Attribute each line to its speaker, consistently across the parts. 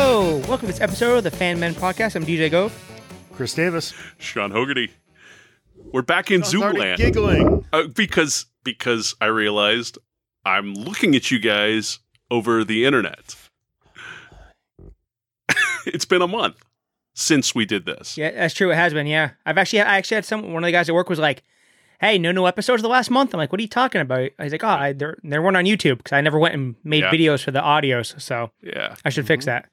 Speaker 1: to this episode of the Fan Men Podcast. I'm DJ Gove.
Speaker 2: Chris Davis.
Speaker 3: Sean Hogarty. We're back in
Speaker 2: I'm already
Speaker 3: Zoomland
Speaker 2: giggling.
Speaker 3: uh, because because I realized I'm looking at you guys over the internet. it's been a month since we did this.
Speaker 1: Yeah, that's true. It has been. Yeah, I've actually I actually had some one of the guys at work was like, "Hey, no new episodes the last month." I'm like, "What are you talking about?" He's like, "Oh, I, there there weren't on YouTube because I never went and made
Speaker 3: Yeah.
Speaker 1: videos for the audios, so
Speaker 3: Yeah.
Speaker 1: I should fix that."
Speaker 3: Well,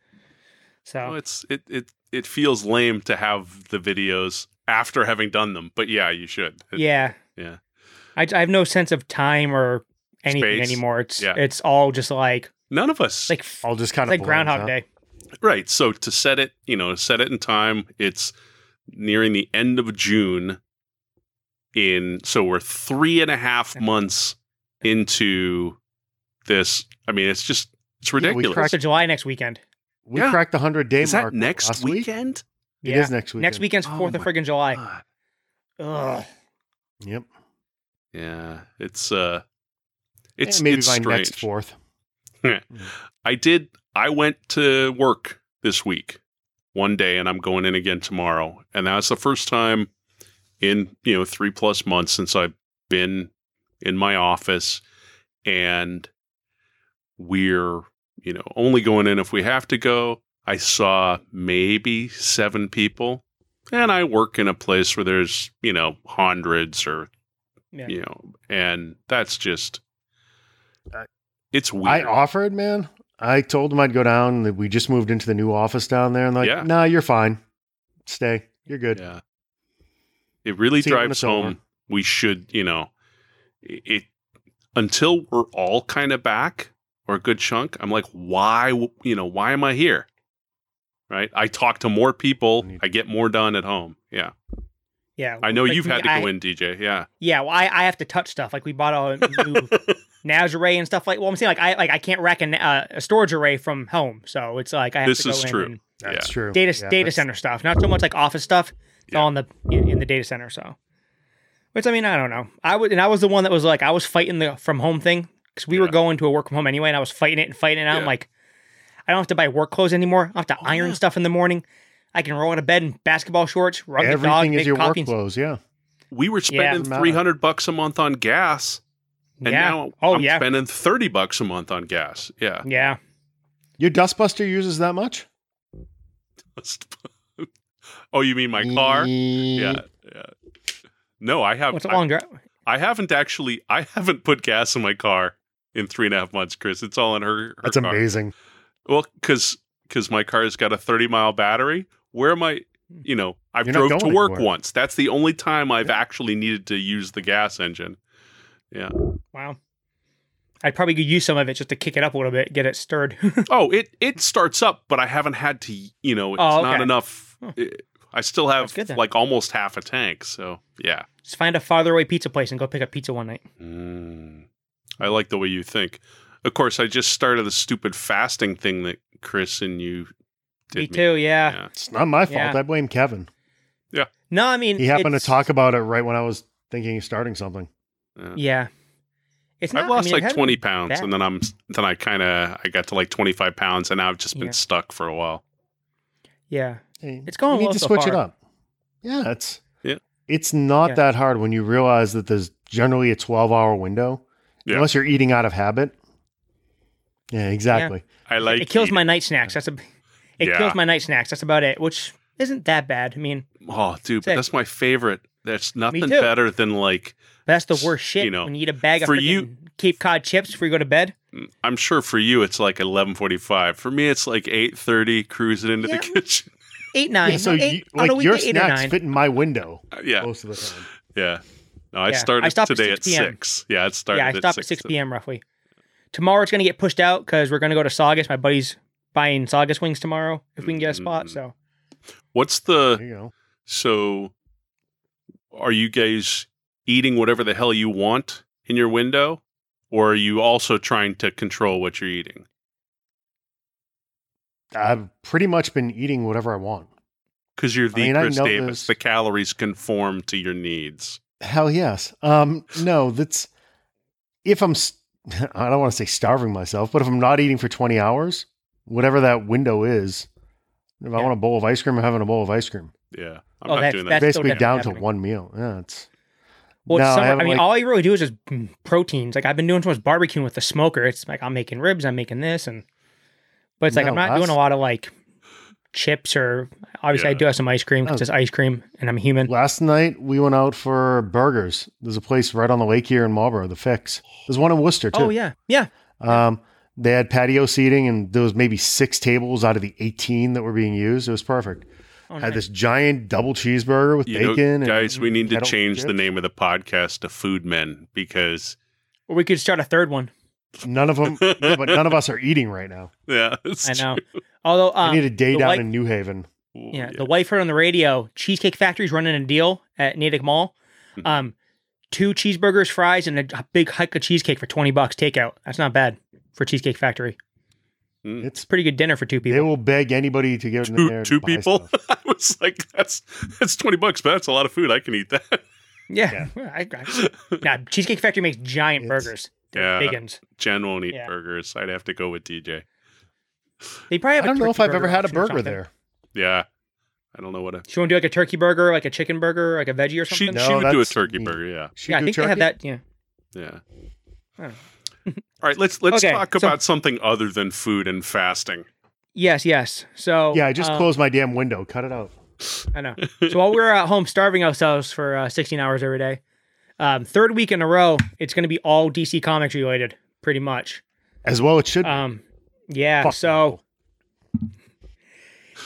Speaker 1: So
Speaker 3: it's it it it feels lame to have the videos after having done them, but yeah, you should. It-
Speaker 1: yeah,
Speaker 3: yeah.
Speaker 1: I, I have no sense of time or anything
Speaker 3: Space.
Speaker 1: anymore. It's
Speaker 3: Yeah.
Speaker 1: it's all just like
Speaker 3: None of us
Speaker 1: like f-
Speaker 2: All just kind
Speaker 1: it's
Speaker 2: of
Speaker 1: like Groundhog Day.
Speaker 3: Right. So to set it, you know, set it in time, it's nearing the end of June. In so we're three and a half months into this. I mean, it's just it's
Speaker 2: we
Speaker 3: ridiculous.
Speaker 2: cracked
Speaker 1: So July next weekend.
Speaker 2: We
Speaker 3: Yeah.
Speaker 2: cracked the hundred day
Speaker 3: Is
Speaker 2: mark.
Speaker 3: that next
Speaker 2: last week?
Speaker 3: weekend?
Speaker 1: Yeah,
Speaker 2: It is next week.
Speaker 1: next weekend's
Speaker 3: Oh
Speaker 1: fourth of
Speaker 3: my
Speaker 1: friggin' July.
Speaker 3: God.
Speaker 1: Ugh.
Speaker 2: Yep.
Speaker 3: Yeah. It's uh it's
Speaker 2: Eh, maybe
Speaker 3: it's
Speaker 2: by
Speaker 3: strange.
Speaker 2: next fourth.
Speaker 3: I did. I went to work this week, one day, and I'm going in again tomorrow. And that's the first time in you know three plus months since I've been in my office, and we're you know only going in if we have to go. I saw maybe seven people, and I work in a place where there's you know hundreds or
Speaker 1: Yeah.
Speaker 3: you know, and that's just.
Speaker 2: I-
Speaker 3: It's weird.
Speaker 2: I offered, man. I told him I'd go down. That we just moved into the new office down there, and like,
Speaker 3: Yeah.
Speaker 2: nah, you're fine. Stay. You're good.
Speaker 3: Yeah. It really
Speaker 2: See you when
Speaker 3: drives
Speaker 2: it's over.
Speaker 3: home. We should, you know, it, it until we're all kind of back or a good chunk. I'm like, why, w- you know, why am I here? Right. I talk to more people.
Speaker 2: I need-
Speaker 3: I get more done at home. Yeah.
Speaker 1: Yeah,
Speaker 3: I know
Speaker 1: like
Speaker 3: you've
Speaker 1: me,
Speaker 3: had to
Speaker 1: I-
Speaker 3: go in, DJ. Yeah.
Speaker 1: Yeah, well, I, I have to touch stuff. Like we bought a new Nazare and stuff like. Well, I'm saying like I like I can't rack an, uh, a storage array from home, so it's like I have
Speaker 3: This
Speaker 1: to go
Speaker 3: is
Speaker 1: in
Speaker 3: true.
Speaker 1: and
Speaker 2: That's true.
Speaker 1: data
Speaker 2: Yeah,
Speaker 1: data
Speaker 2: that's-
Speaker 1: center stuff. Not so much like office stuff. It's
Speaker 3: Yeah.
Speaker 1: all in the in in the data center. So, which I mean, I don't know. I was and I was the one that was like I was fighting the from home thing because we were
Speaker 3: Yeah.
Speaker 1: going to a work from home anyway, and I was fighting it and fighting it. out. I'm
Speaker 3: Yeah. Oh,
Speaker 1: like, I don't have to buy work clothes anymore. I don't have to iron
Speaker 3: yeah.
Speaker 1: stuff in the morning. I can roll out of bed in basketball shorts, rug the dog,
Speaker 2: Everything
Speaker 1: make
Speaker 2: is your work
Speaker 1: coffee. and-
Speaker 2: clothes. Yeah.
Speaker 3: We were spending
Speaker 2: Doesn't matter.
Speaker 3: 300 bucks a month on gas. And
Speaker 1: yeah.
Speaker 3: now
Speaker 1: oh
Speaker 3: I'm
Speaker 1: yeah.
Speaker 3: spending 30 bucks a month on gas. Yeah.
Speaker 1: yeah.
Speaker 2: Your dustbuster uses that much?
Speaker 3: oh, you mean my car?
Speaker 2: Yeah.
Speaker 3: yeah, yeah. No, I have.
Speaker 1: What's a
Speaker 3: I,
Speaker 1: long drive?
Speaker 3: I haven't actually. I haven't put gas in my car in three and a half months, Chris. It's all in her. her
Speaker 2: That's
Speaker 3: car.
Speaker 2: amazing.
Speaker 3: Well, because because my car's got a thirty mile battery. Where am I? You know, I
Speaker 2: Hmm. You're not
Speaker 3: drove to
Speaker 2: going
Speaker 3: work
Speaker 2: anywhere.
Speaker 3: once. That's the only time I've actually needed to use the gas engine.
Speaker 1: Wow. I'd probably could use some of it just to kick it up a little bit, get it stirred.
Speaker 3: Oh, it it starts up, but I haven't had to. You know, it's
Speaker 1: Oh,
Speaker 3: not
Speaker 1: okay.
Speaker 3: enough.
Speaker 1: Hmm.
Speaker 3: It- I still
Speaker 1: That's
Speaker 3: have
Speaker 1: good then.
Speaker 3: like almost half a tank. So yeah.
Speaker 1: just find a farther away pizza place and go pick up pizza one night.
Speaker 3: Mm. I like the way you think. Of course, I just started the stupid fasting thing that Chris and you did.
Speaker 1: me too, Uh, yeah.
Speaker 3: Yeah.
Speaker 2: It's not my fault.
Speaker 1: Yeah.
Speaker 2: I blame Kevin.
Speaker 1: No, I mean
Speaker 2: He happened
Speaker 1: it's-
Speaker 2: to talk about it right when I was thinking of starting something.
Speaker 3: Yeah.
Speaker 1: Yeah, it's not,
Speaker 3: I've
Speaker 1: I
Speaker 3: lost
Speaker 1: mean, it
Speaker 3: like
Speaker 1: hasn't-
Speaker 3: twenty pounds,
Speaker 1: bad.
Speaker 3: and then I'm then I kind of I got to like twenty five pounds, and I've just been
Speaker 1: Yeah.
Speaker 3: stuck for a while.
Speaker 1: Yeah,
Speaker 2: Hey,
Speaker 1: It's going
Speaker 2: You need
Speaker 1: well
Speaker 2: to
Speaker 1: so
Speaker 2: switch it
Speaker 1: far.
Speaker 2: up. Yeah, it's
Speaker 3: Yeah.
Speaker 2: It's not
Speaker 1: Yeah.
Speaker 2: that hard when you realize that there's generally a 12 hour window,
Speaker 3: Yeah.
Speaker 2: unless you're eating out of habit. Yeah, exactly.
Speaker 3: I like
Speaker 1: it kills
Speaker 3: eating-
Speaker 1: my night snacks. That's a. It
Speaker 3: Yeah.
Speaker 1: kills my night snacks. That's about it. Which isn't that bad. I mean,
Speaker 3: oh dude,
Speaker 1: Sick.
Speaker 3: but that's my favorite. That's nothing
Speaker 1: too.
Speaker 3: better than like
Speaker 1: that's the worst shit.
Speaker 3: you know,
Speaker 1: when you eat a bag of
Speaker 3: for
Speaker 1: for
Speaker 3: you-
Speaker 1: Cape Cod chips before you go to bed.
Speaker 3: I'm sure for you it's like eleven forty five. For me it's like eight thirty cruising into
Speaker 1: Yeah.
Speaker 3: the kitchen.
Speaker 1: Eight nine.
Speaker 2: Yeah, so
Speaker 1: no, eight,
Speaker 2: you,
Speaker 1: on a
Speaker 2: like
Speaker 1: weekday,
Speaker 2: your
Speaker 1: eight or
Speaker 2: snacks
Speaker 1: nine.
Speaker 2: fit in my window
Speaker 3: yeah,
Speaker 2: most of the time.
Speaker 3: yeah. No,
Speaker 1: Yeah.
Speaker 3: I
Speaker 1: I
Speaker 3: started
Speaker 1: stopped at
Speaker 3: today at
Speaker 1: 6 p.m..
Speaker 3: six. Yeah, it started.
Speaker 1: yeah, I stopped at 6 p.m. roughly. Tomorrow it's going to get pushed out because we're going to go to Saugus. My buddy's buying Saugus wings tomorrow if we can get a spot.
Speaker 3: Mm.
Speaker 1: So
Speaker 3: What's the
Speaker 2: There you go.
Speaker 3: So, are you guys eating whatever the hell you want in your window, or are you also trying to control what you're eating?
Speaker 2: I've pretty much been eating whatever I want.
Speaker 3: Because you're the
Speaker 2: mean, I
Speaker 3: Chris
Speaker 2: know
Speaker 3: Davis,
Speaker 2: this-
Speaker 3: the calories conform to your needs.
Speaker 2: Hell yes. Um, no, that's if I'm. s- I don't want to say starving myself, but if I'm not eating for 20 hours, whatever that window is, If
Speaker 1: Yeah.
Speaker 2: I want a bowl of ice cream, I'm having a bowl of ice cream.
Speaker 3: Yeah. I'm
Speaker 1: Oh,
Speaker 3: not
Speaker 1: that's-
Speaker 3: doing
Speaker 1: that's-
Speaker 3: that.
Speaker 1: still
Speaker 2: Basically
Speaker 1: definitely
Speaker 2: down
Speaker 1: happening.
Speaker 2: to one meal. Yeah, it's
Speaker 1: Well,
Speaker 2: No, I
Speaker 1: it's summer, I,
Speaker 2: haven't,
Speaker 1: mean,
Speaker 2: like-
Speaker 1: all you really do is just mm, proteins. Like I've been doing so much barbecuing with the smoker. It's like I'm making ribs, I'm making this, and but it's like I'm
Speaker 2: No,
Speaker 1: not doing a
Speaker 2: last-
Speaker 1: lot of like chips or obviously I
Speaker 3: Yeah.
Speaker 1: do have some ice cream
Speaker 2: Oh.
Speaker 1: because it's ice cream and I'm human.
Speaker 2: Last night we went out for burgers. There's a place right on the lake here in Marlboro, the Fix. There's one in Worcester too.
Speaker 1: Oh yeah, yeah.
Speaker 2: Um, they had patio seating, and there was maybe six tables out of the 18 that were being used. It was perfect.
Speaker 1: Oh,
Speaker 2: Had
Speaker 1: nice.
Speaker 2: this giant double cheeseburger with
Speaker 3: You know,
Speaker 2: bacon. and
Speaker 3: guys, we need to
Speaker 2: kettle
Speaker 3: change the
Speaker 2: chips.
Speaker 3: name of the podcast to Food Men because
Speaker 1: or we could start a third one.
Speaker 2: None of them, but none of us are eating right now.
Speaker 3: yeah, it's
Speaker 1: I know. Although um,
Speaker 2: I need a day
Speaker 1: the
Speaker 2: down
Speaker 1: white-
Speaker 2: in New Haven.
Speaker 3: true.
Speaker 1: Yeah, the wife heard on the radio Cheesecake Factory's running a deal at Natick Mall.
Speaker 2: Hmm.
Speaker 3: Mhm.
Speaker 1: Um, two cheeseburgers, fries, and a big hike of cheesecake for twenty bucks takeout. That's not bad for Cheesecake Factory.
Speaker 3: Mm.
Speaker 1: It's a pretty good dinner for two
Speaker 2: They
Speaker 1: people.
Speaker 2: will beg anybody to get in
Speaker 3: two,
Speaker 2: there. to
Speaker 3: two
Speaker 2: buy
Speaker 3: people.
Speaker 2: stuff.
Speaker 3: I was like, that's that's twenty bucks, but that's a lot of food. I can eat that.
Speaker 1: yeah, I, I, nah, Cheesecake Factory makes giant
Speaker 2: It's- uh,
Speaker 1: burgers. They're
Speaker 3: yeah,
Speaker 1: big ones.
Speaker 3: Jen won't eat
Speaker 1: Yeah.
Speaker 3: burgers. I'd have to go with DJ.
Speaker 1: They probably
Speaker 2: I
Speaker 1: have. a
Speaker 2: don't know if
Speaker 1: turkey
Speaker 2: I've ever had a
Speaker 1: option or
Speaker 2: burger
Speaker 1: something.
Speaker 2: there.
Speaker 3: Yeah, I don't know what. A,
Speaker 1: So you want to do like a turkey burger, like a chicken burger, like a veggie or
Speaker 3: she
Speaker 1: something?
Speaker 2: No,
Speaker 3: she would do a
Speaker 2: that's
Speaker 3: turkey
Speaker 2: meat.
Speaker 3: burger. Yeah,
Speaker 2: She
Speaker 1: yeah, I
Speaker 2: do
Speaker 1: think they have
Speaker 2: turkey?
Speaker 1: that. Yeah.
Speaker 3: yeah.
Speaker 1: Huh.
Speaker 3: All right, let's let's
Speaker 1: Okay,
Speaker 3: talk
Speaker 1: so-
Speaker 3: about something other than food and fasting.
Speaker 1: Yes. Yes. So
Speaker 2: Yeah, I just
Speaker 1: um,
Speaker 2: closed my damn window. Cut it out.
Speaker 1: I know. So while we're at home starving ourselves for uh, 16 hours every day, um, third week in a row, it's going to be all DC Comics related, pretty much.
Speaker 2: As well, it should. be.
Speaker 1: Um, yeah.
Speaker 2: Fuck
Speaker 1: so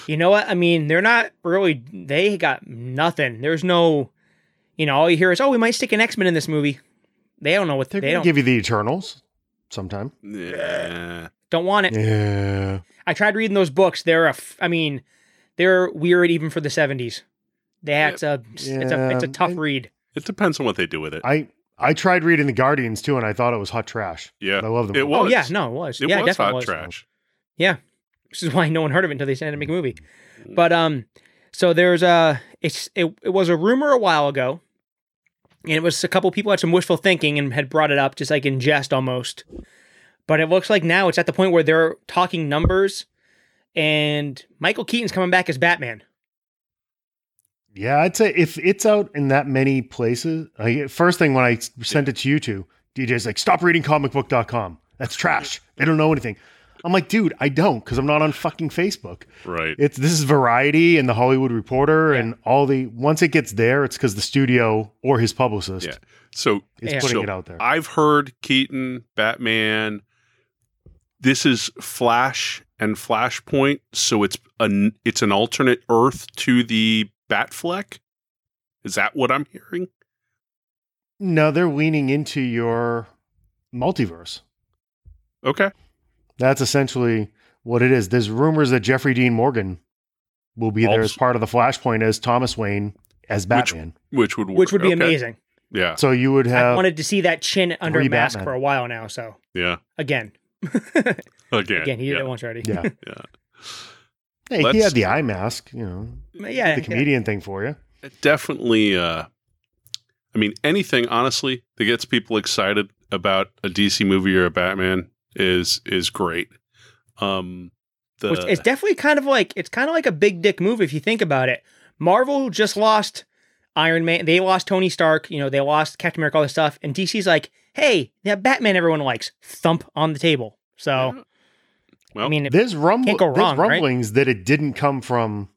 Speaker 1: you know what? I mean, they're not really. They got nothing. There's no. You know, all you hear is, "Oh, we might stick an X Men in this movie." They don't know what
Speaker 2: They're
Speaker 1: they
Speaker 2: gonna
Speaker 1: don't
Speaker 2: give you the Eternals sometime.
Speaker 3: Yeah.
Speaker 1: don't want it.
Speaker 2: Yeah,
Speaker 1: I tried reading those books. They're a. F- I mean, they're weird even for the 70s. That's a. It's a. It's a
Speaker 2: Yeah,
Speaker 1: tough
Speaker 2: and-
Speaker 1: read.
Speaker 3: It depends on what they do with it.
Speaker 2: I I tried reading the Guardians too, and I thought it was hot trash.
Speaker 3: yeah,
Speaker 2: I love them.
Speaker 3: It
Speaker 2: both.
Speaker 1: Oh
Speaker 3: was.
Speaker 1: yeah, no, it was.
Speaker 3: It
Speaker 1: yeah, it
Speaker 3: was
Speaker 1: definitely
Speaker 3: hot
Speaker 1: was.
Speaker 3: trash.
Speaker 1: Which is why no one heard of it until they decided to make a movie. But um, so there's a it's it, it was a rumor a while ago, and it was a couple people had some wishful thinking and had brought it up just like in jest almost. But it looks like now it's at the point where they're talking numbers, and Michael Keaton's coming back as Batman.
Speaker 2: Yeah, I'd say if it's out in that many places, I, first thing when I s- sent it to you two, DJ's like, stop reading comicbook.com. That's trash. They don't know anything. I'm like, dude, I don't because I'm not on fucking Facebook.
Speaker 3: Right.
Speaker 2: It's this is Variety and the Hollywood Reporter
Speaker 1: Yeah.
Speaker 2: and all the. Once it gets there, it's because the studio or his publicist
Speaker 3: Yeah. So
Speaker 2: is
Speaker 1: Yeah.
Speaker 2: putting
Speaker 3: So
Speaker 2: it out there.
Speaker 3: I've heard Keaton, Batman. This is Flash and Flashpoint, so it's an it's an alternate Earth to the Batfleck. Is that what I'm hearing?
Speaker 2: no, they're leaning into your multiverse.
Speaker 3: Okay.
Speaker 2: That's essentially what it is. There's rumors that Jeffrey Dean Morgan will be there as
Speaker 3: Also-
Speaker 2: part of the Flashpoint as Thomas Wayne as Batman.
Speaker 3: Which would work.
Speaker 1: Which would be
Speaker 3: Okay.
Speaker 1: amazing.
Speaker 3: Yeah.
Speaker 2: so you would
Speaker 1: I
Speaker 2: have
Speaker 1: wanted to see that chin under
Speaker 2: three
Speaker 1: a mask
Speaker 2: Batman.
Speaker 1: for a while now. So
Speaker 3: Yeah.
Speaker 1: again,
Speaker 3: Again.
Speaker 1: again, he did
Speaker 3: yeah.
Speaker 1: it once already.
Speaker 2: yeah.
Speaker 3: Yeah.
Speaker 2: Hey, he
Speaker 3: Let's-
Speaker 2: had the eye mask, you know,
Speaker 1: yeah.
Speaker 2: the comedian thing for you.
Speaker 3: It definitely uh I mean anything honestly that gets people excited about a DC movie or a Batman is is great. Um the
Speaker 1: Which it's definitely kind of like it's kind of like a big dick move if you think about it. Marvel just lost Iron Man, they lost Tony Stark, you know, they lost Captain America, all this stuff, and DC's like, hey, that Batman everyone likes, thump on the table. So
Speaker 3: Yeah.
Speaker 1: I
Speaker 3: Well,
Speaker 1: mean,
Speaker 2: There's, rumble,
Speaker 1: Can't go
Speaker 2: there's
Speaker 1: wrong, right?
Speaker 2: rumblings that it didn't come from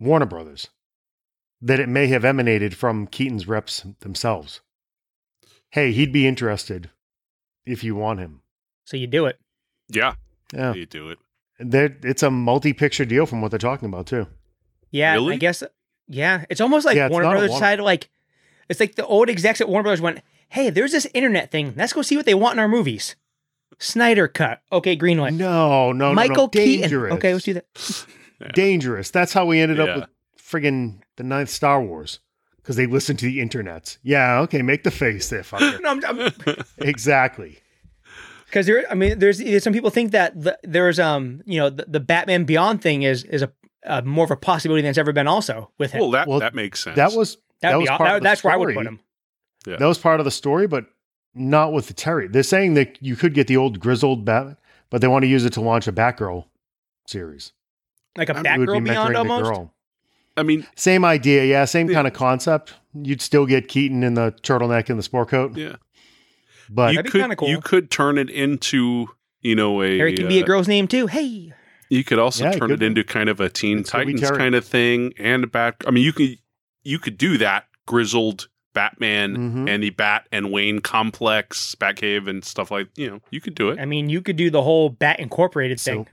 Speaker 2: Warner Brothers, that it may have emanated from Keaton's reps themselves. Hey, he'd be interested if you want him.
Speaker 1: so you do it.
Speaker 3: yeah,
Speaker 2: Yeah.
Speaker 3: you do it.
Speaker 2: There, it's a multi-picture deal from what they're talking about too.
Speaker 1: Yeah, I
Speaker 3: Really?
Speaker 1: guess. Yeah, it's almost like
Speaker 2: Yeah, it's
Speaker 1: Warner
Speaker 2: not a
Speaker 1: Brothers
Speaker 2: Warner-
Speaker 1: decided like it's like the old execs at Warner Brothers went, hey, there's this internet thing. Let's go see what they want in our movies. Snyder cut. Okay, Greenlight.
Speaker 2: No, no, no,
Speaker 1: Michael
Speaker 2: no. dangerous.
Speaker 1: Keaton. Okay, let's do that.
Speaker 2: Dangerous. That's how we ended
Speaker 3: Yeah.
Speaker 2: up with friggin' the ninth Star Wars because they listened to the internets. Yeah, okay, make the face there, fucker.
Speaker 1: No, I'm, I'm,
Speaker 2: exactly.
Speaker 1: because there i mean there's, there's some people think that the, there's um you know the, the batman beyond thing is is a uh, more of a possibility than it's ever been also with him
Speaker 3: Well, that
Speaker 2: Well,
Speaker 3: that makes sense.
Speaker 2: That was
Speaker 1: That'd
Speaker 2: that
Speaker 1: be
Speaker 2: was
Speaker 1: aw-
Speaker 2: part of the
Speaker 1: that's where i would put
Speaker 2: story.
Speaker 1: him
Speaker 3: Yeah.
Speaker 2: that was part of the story, but not with the Terry. They're saying that you could get the old grizzled Batman, but they want to use it to launch a Batgirl series.
Speaker 1: like a
Speaker 3: I mean,
Speaker 2: It would
Speaker 1: Batgirl
Speaker 2: be
Speaker 1: Beyond
Speaker 2: mentoring the
Speaker 1: almost.
Speaker 2: girl.
Speaker 3: I mean,
Speaker 2: Same idea, yeah. Same
Speaker 3: Yeah.
Speaker 2: kind of concept. You'd still get Keaton in the turtleneck and the sport coat,
Speaker 3: yeah,
Speaker 2: but
Speaker 3: you
Speaker 1: That'd be
Speaker 3: could
Speaker 1: kinda cool.
Speaker 3: you could turn it into you know a,
Speaker 1: Harry can be a
Speaker 3: uh,
Speaker 1: girl's name too. Hey,
Speaker 3: You could also
Speaker 2: Yeah, it
Speaker 3: turn
Speaker 2: could
Speaker 3: it
Speaker 2: be.
Speaker 3: into kind of a Teen
Speaker 2: It's gonna be
Speaker 3: Titans
Speaker 2: Terry.
Speaker 3: kind of thing, and a bat. I mean, you could you could do that grizzled Batman
Speaker 2: Mhm.
Speaker 3: and the Bat and Wayne complex, Batcave, and stuff like you know. You could do it.
Speaker 1: I mean, you could do the whole Bat Incorporated
Speaker 2: So- uh,
Speaker 1: thing.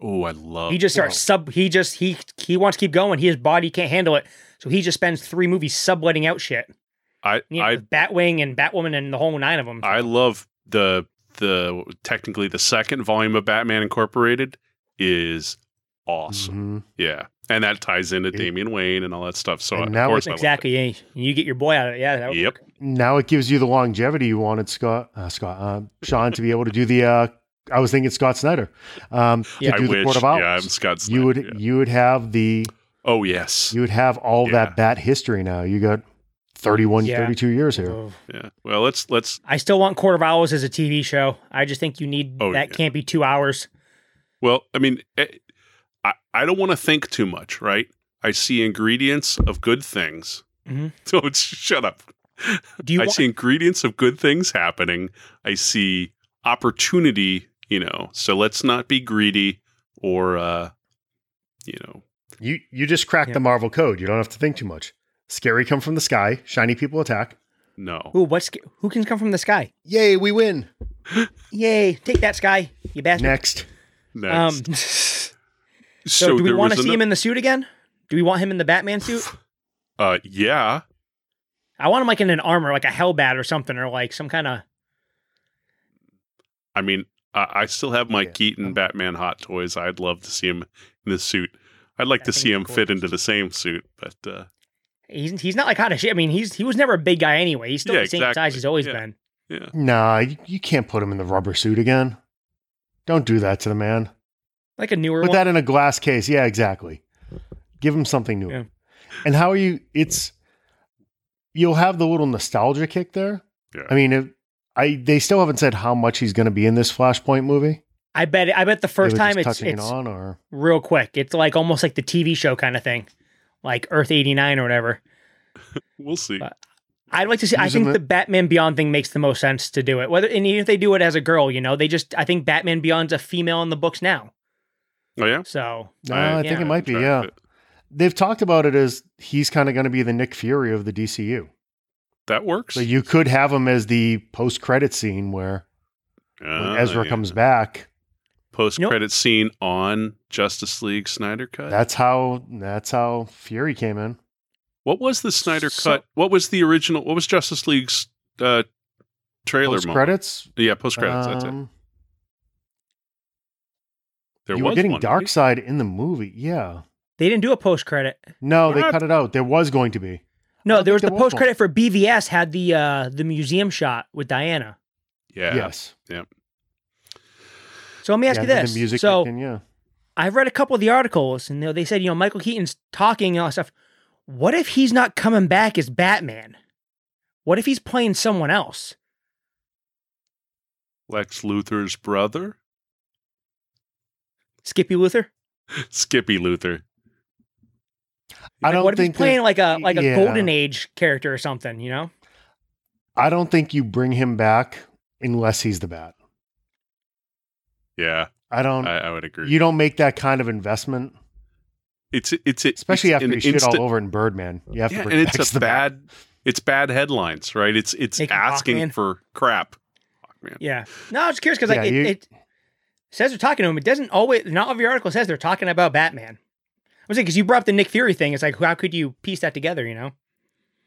Speaker 3: Oh, I love.
Speaker 1: he just starts sub. He just he he wants to keep going. His body can't handle it, so he just spends three movies subletting out shit.
Speaker 3: I
Speaker 1: You know,
Speaker 3: I
Speaker 1: with Batwing and Batwoman and the whole nine of them.
Speaker 3: I love the the technically the second volume of Batman Incorporated is awesome.
Speaker 2: Mhm.
Speaker 3: Yeah, and that ties into
Speaker 2: It-
Speaker 3: Damian Wayne and all that stuff. So
Speaker 2: And
Speaker 3: of
Speaker 2: now
Speaker 3: course, I love
Speaker 1: exactly. Yeah, you get your boy out of it. Yeah. That
Speaker 3: it.
Speaker 1: would
Speaker 3: Yep.
Speaker 1: work.
Speaker 2: now it gives you the longevity you wanted, Scott. Uh, Scott, uh, Sean, to be able to do the. Uh, I was thinking Scott Snyder. Um,
Speaker 1: Yeah.
Speaker 2: to
Speaker 3: I
Speaker 2: do the
Speaker 3: wish.
Speaker 2: Court of
Speaker 3: yeah,
Speaker 2: Owls.
Speaker 3: I'm Scott. Snyder,
Speaker 2: you would
Speaker 3: yeah.
Speaker 2: you would have the
Speaker 3: Oh yes.
Speaker 2: you would have all
Speaker 3: Yeah.
Speaker 2: that bat history now. You got 31,
Speaker 1: Yeah.
Speaker 2: 32 years here.
Speaker 1: Oh.
Speaker 3: Yeah. Well, let's let's.
Speaker 1: I still want Court of Owls as a TV show. I just think you need
Speaker 3: Oh,
Speaker 1: that
Speaker 3: yeah.
Speaker 1: can't be two hours.
Speaker 3: Well, I mean, eh, I I don't want to think too much, right? I see ingredients of good things.
Speaker 1: Mhm.
Speaker 3: Don't shut up.
Speaker 1: Do you
Speaker 3: I
Speaker 1: want?
Speaker 3: see ingredients of good things happening. I see opportunity, you know. So let's not be greedy or uh you know.
Speaker 2: You you just cracked
Speaker 1: Yeah.
Speaker 2: the Marvel code. You don't have to think too much. Scary come from the sky. Shiny people attack.
Speaker 3: No.
Speaker 1: Ooh, what's who can come from the sky?
Speaker 2: Yay, we win.
Speaker 1: Yay! Take that sky, you bastard.
Speaker 2: Next.
Speaker 3: Next.
Speaker 1: Um, so,
Speaker 3: so
Speaker 1: do we
Speaker 3: there
Speaker 1: want to
Speaker 3: was
Speaker 1: see
Speaker 3: ano-
Speaker 1: him in the suit again? Do we want him in the Batman suit?
Speaker 3: uh yeah.
Speaker 1: I want him like in an armor, like a Hellbat or something, or like some kind of.
Speaker 3: I mean, I, I still have my
Speaker 2: Yeah.
Speaker 3: Keaton
Speaker 2: Um,
Speaker 3: Batman hot toys. I'd love to see him in this suit. I'd like
Speaker 1: I
Speaker 3: to
Speaker 1: think
Speaker 3: see
Speaker 1: it's
Speaker 3: him
Speaker 1: cool.
Speaker 3: fit into the same suit, but uh
Speaker 1: He's he's not like hot as shit. I mean, he's he was never a big guy anyway. He's still
Speaker 3: Yeah,
Speaker 1: the same
Speaker 3: exactly.
Speaker 1: size he's always
Speaker 3: Yeah.
Speaker 1: been.
Speaker 2: Nah, you, you can't put him in the rubber suit again. Don't do that to the man.
Speaker 1: Like a newer
Speaker 2: Put
Speaker 1: one.
Speaker 2: that in a glass case. Yeah, exactly. Give him something new.
Speaker 1: Yeah.
Speaker 2: And how are you? It's you'll have the little nostalgia kick there.
Speaker 3: Yeah.
Speaker 2: I mean, it, I they still haven't said how much he's going to be in this Flashpoint movie.
Speaker 1: I bet I bet the
Speaker 2: They
Speaker 1: first
Speaker 2: were
Speaker 1: time
Speaker 2: just
Speaker 1: it's
Speaker 2: touching
Speaker 1: it's
Speaker 2: it on, or
Speaker 1: real quick. It's like almost like the TV show kind of thing, like Earth eighty nine or whatever.
Speaker 3: we'll see.
Speaker 1: But- I'd like to see. I
Speaker 2: Use
Speaker 1: think
Speaker 2: him
Speaker 1: the
Speaker 2: at-
Speaker 1: Batman Beyond thing makes the most sense to do it. Whether and even if they do it as a girl, you know, they just I think Batman Beyond's a female in the books now.
Speaker 3: oh yeah.
Speaker 1: So
Speaker 2: no, I, think
Speaker 1: yeah.
Speaker 2: it might be.
Speaker 3: Track
Speaker 2: Yeah,
Speaker 3: it.
Speaker 2: they've talked about it as he's kind of going to be the Nick Fury of the DCU.
Speaker 3: That works.
Speaker 2: So you could have him as the post-credit scene where when
Speaker 3: Ah,
Speaker 2: Ezra
Speaker 3: yeah.
Speaker 2: comes back.
Speaker 3: post credit scene on Justice League Snyder cut.
Speaker 2: That's how that's how Fury came in.
Speaker 3: what was the Snyder
Speaker 1: So-
Speaker 3: cut? What was the original? What was Justice League's uh, trailer? moment?
Speaker 2: Post Um, credits.
Speaker 3: Yeah, post credits. that's it. There
Speaker 2: you
Speaker 3: was
Speaker 2: were getting
Speaker 3: one,
Speaker 2: Dark
Speaker 3: right?
Speaker 2: Side in the movie. Yeah.
Speaker 1: they didn't do a post credit.
Speaker 2: No, they
Speaker 3: What?
Speaker 2: cut it out. There was going to be.
Speaker 1: No,
Speaker 2: don't
Speaker 1: there was the
Speaker 2: think there was
Speaker 1: post credit for BVS had the uh the museum shot with Diana.
Speaker 3: Yeah.
Speaker 2: Yes.
Speaker 1: So let me ask you
Speaker 2: yeah, and then
Speaker 1: this:
Speaker 2: The music
Speaker 1: so
Speaker 2: kicked in, yeah.
Speaker 1: I've read a couple of the articles, and they- they said you know Michael Keaton's talking and all that stuff. What if he's not coming back as Batman? What if he's playing someone else?
Speaker 3: Lex Luthor's brother,
Speaker 1: Skippy Luther?
Speaker 3: Skippy Luthor.
Speaker 2: I
Speaker 1: Like,
Speaker 2: don't
Speaker 1: what if
Speaker 2: think
Speaker 1: he's playing
Speaker 2: that-
Speaker 1: like a like a
Speaker 2: yeah.
Speaker 1: golden age character or something, you know?
Speaker 2: I don't think you bring him back unless he's the bat.
Speaker 3: Yeah,
Speaker 2: I don't
Speaker 3: I, I would agree.
Speaker 2: Um, you don't make that kind of investment.
Speaker 3: it's it's it,
Speaker 2: Especially
Speaker 3: it's
Speaker 2: after
Speaker 3: an
Speaker 2: you shit
Speaker 3: instant-
Speaker 2: all over in Birdman. You have
Speaker 3: Yeah,
Speaker 2: to
Speaker 3: and
Speaker 2: bring back
Speaker 3: it's a
Speaker 2: the bat.
Speaker 3: bad, it's bad headlines, right? It's it's
Speaker 1: Making
Speaker 3: asking
Speaker 1: Hawkman.
Speaker 3: for crap. Hawkman.
Speaker 1: Yeah. No, I was curious because like
Speaker 2: Yeah,
Speaker 1: it,
Speaker 2: you-
Speaker 1: it says they're talking to him. It doesn't always not every article says they're talking about Batman. I was like, because you brought up the Nick Fury thing. It's like, how could you piece that together? You know,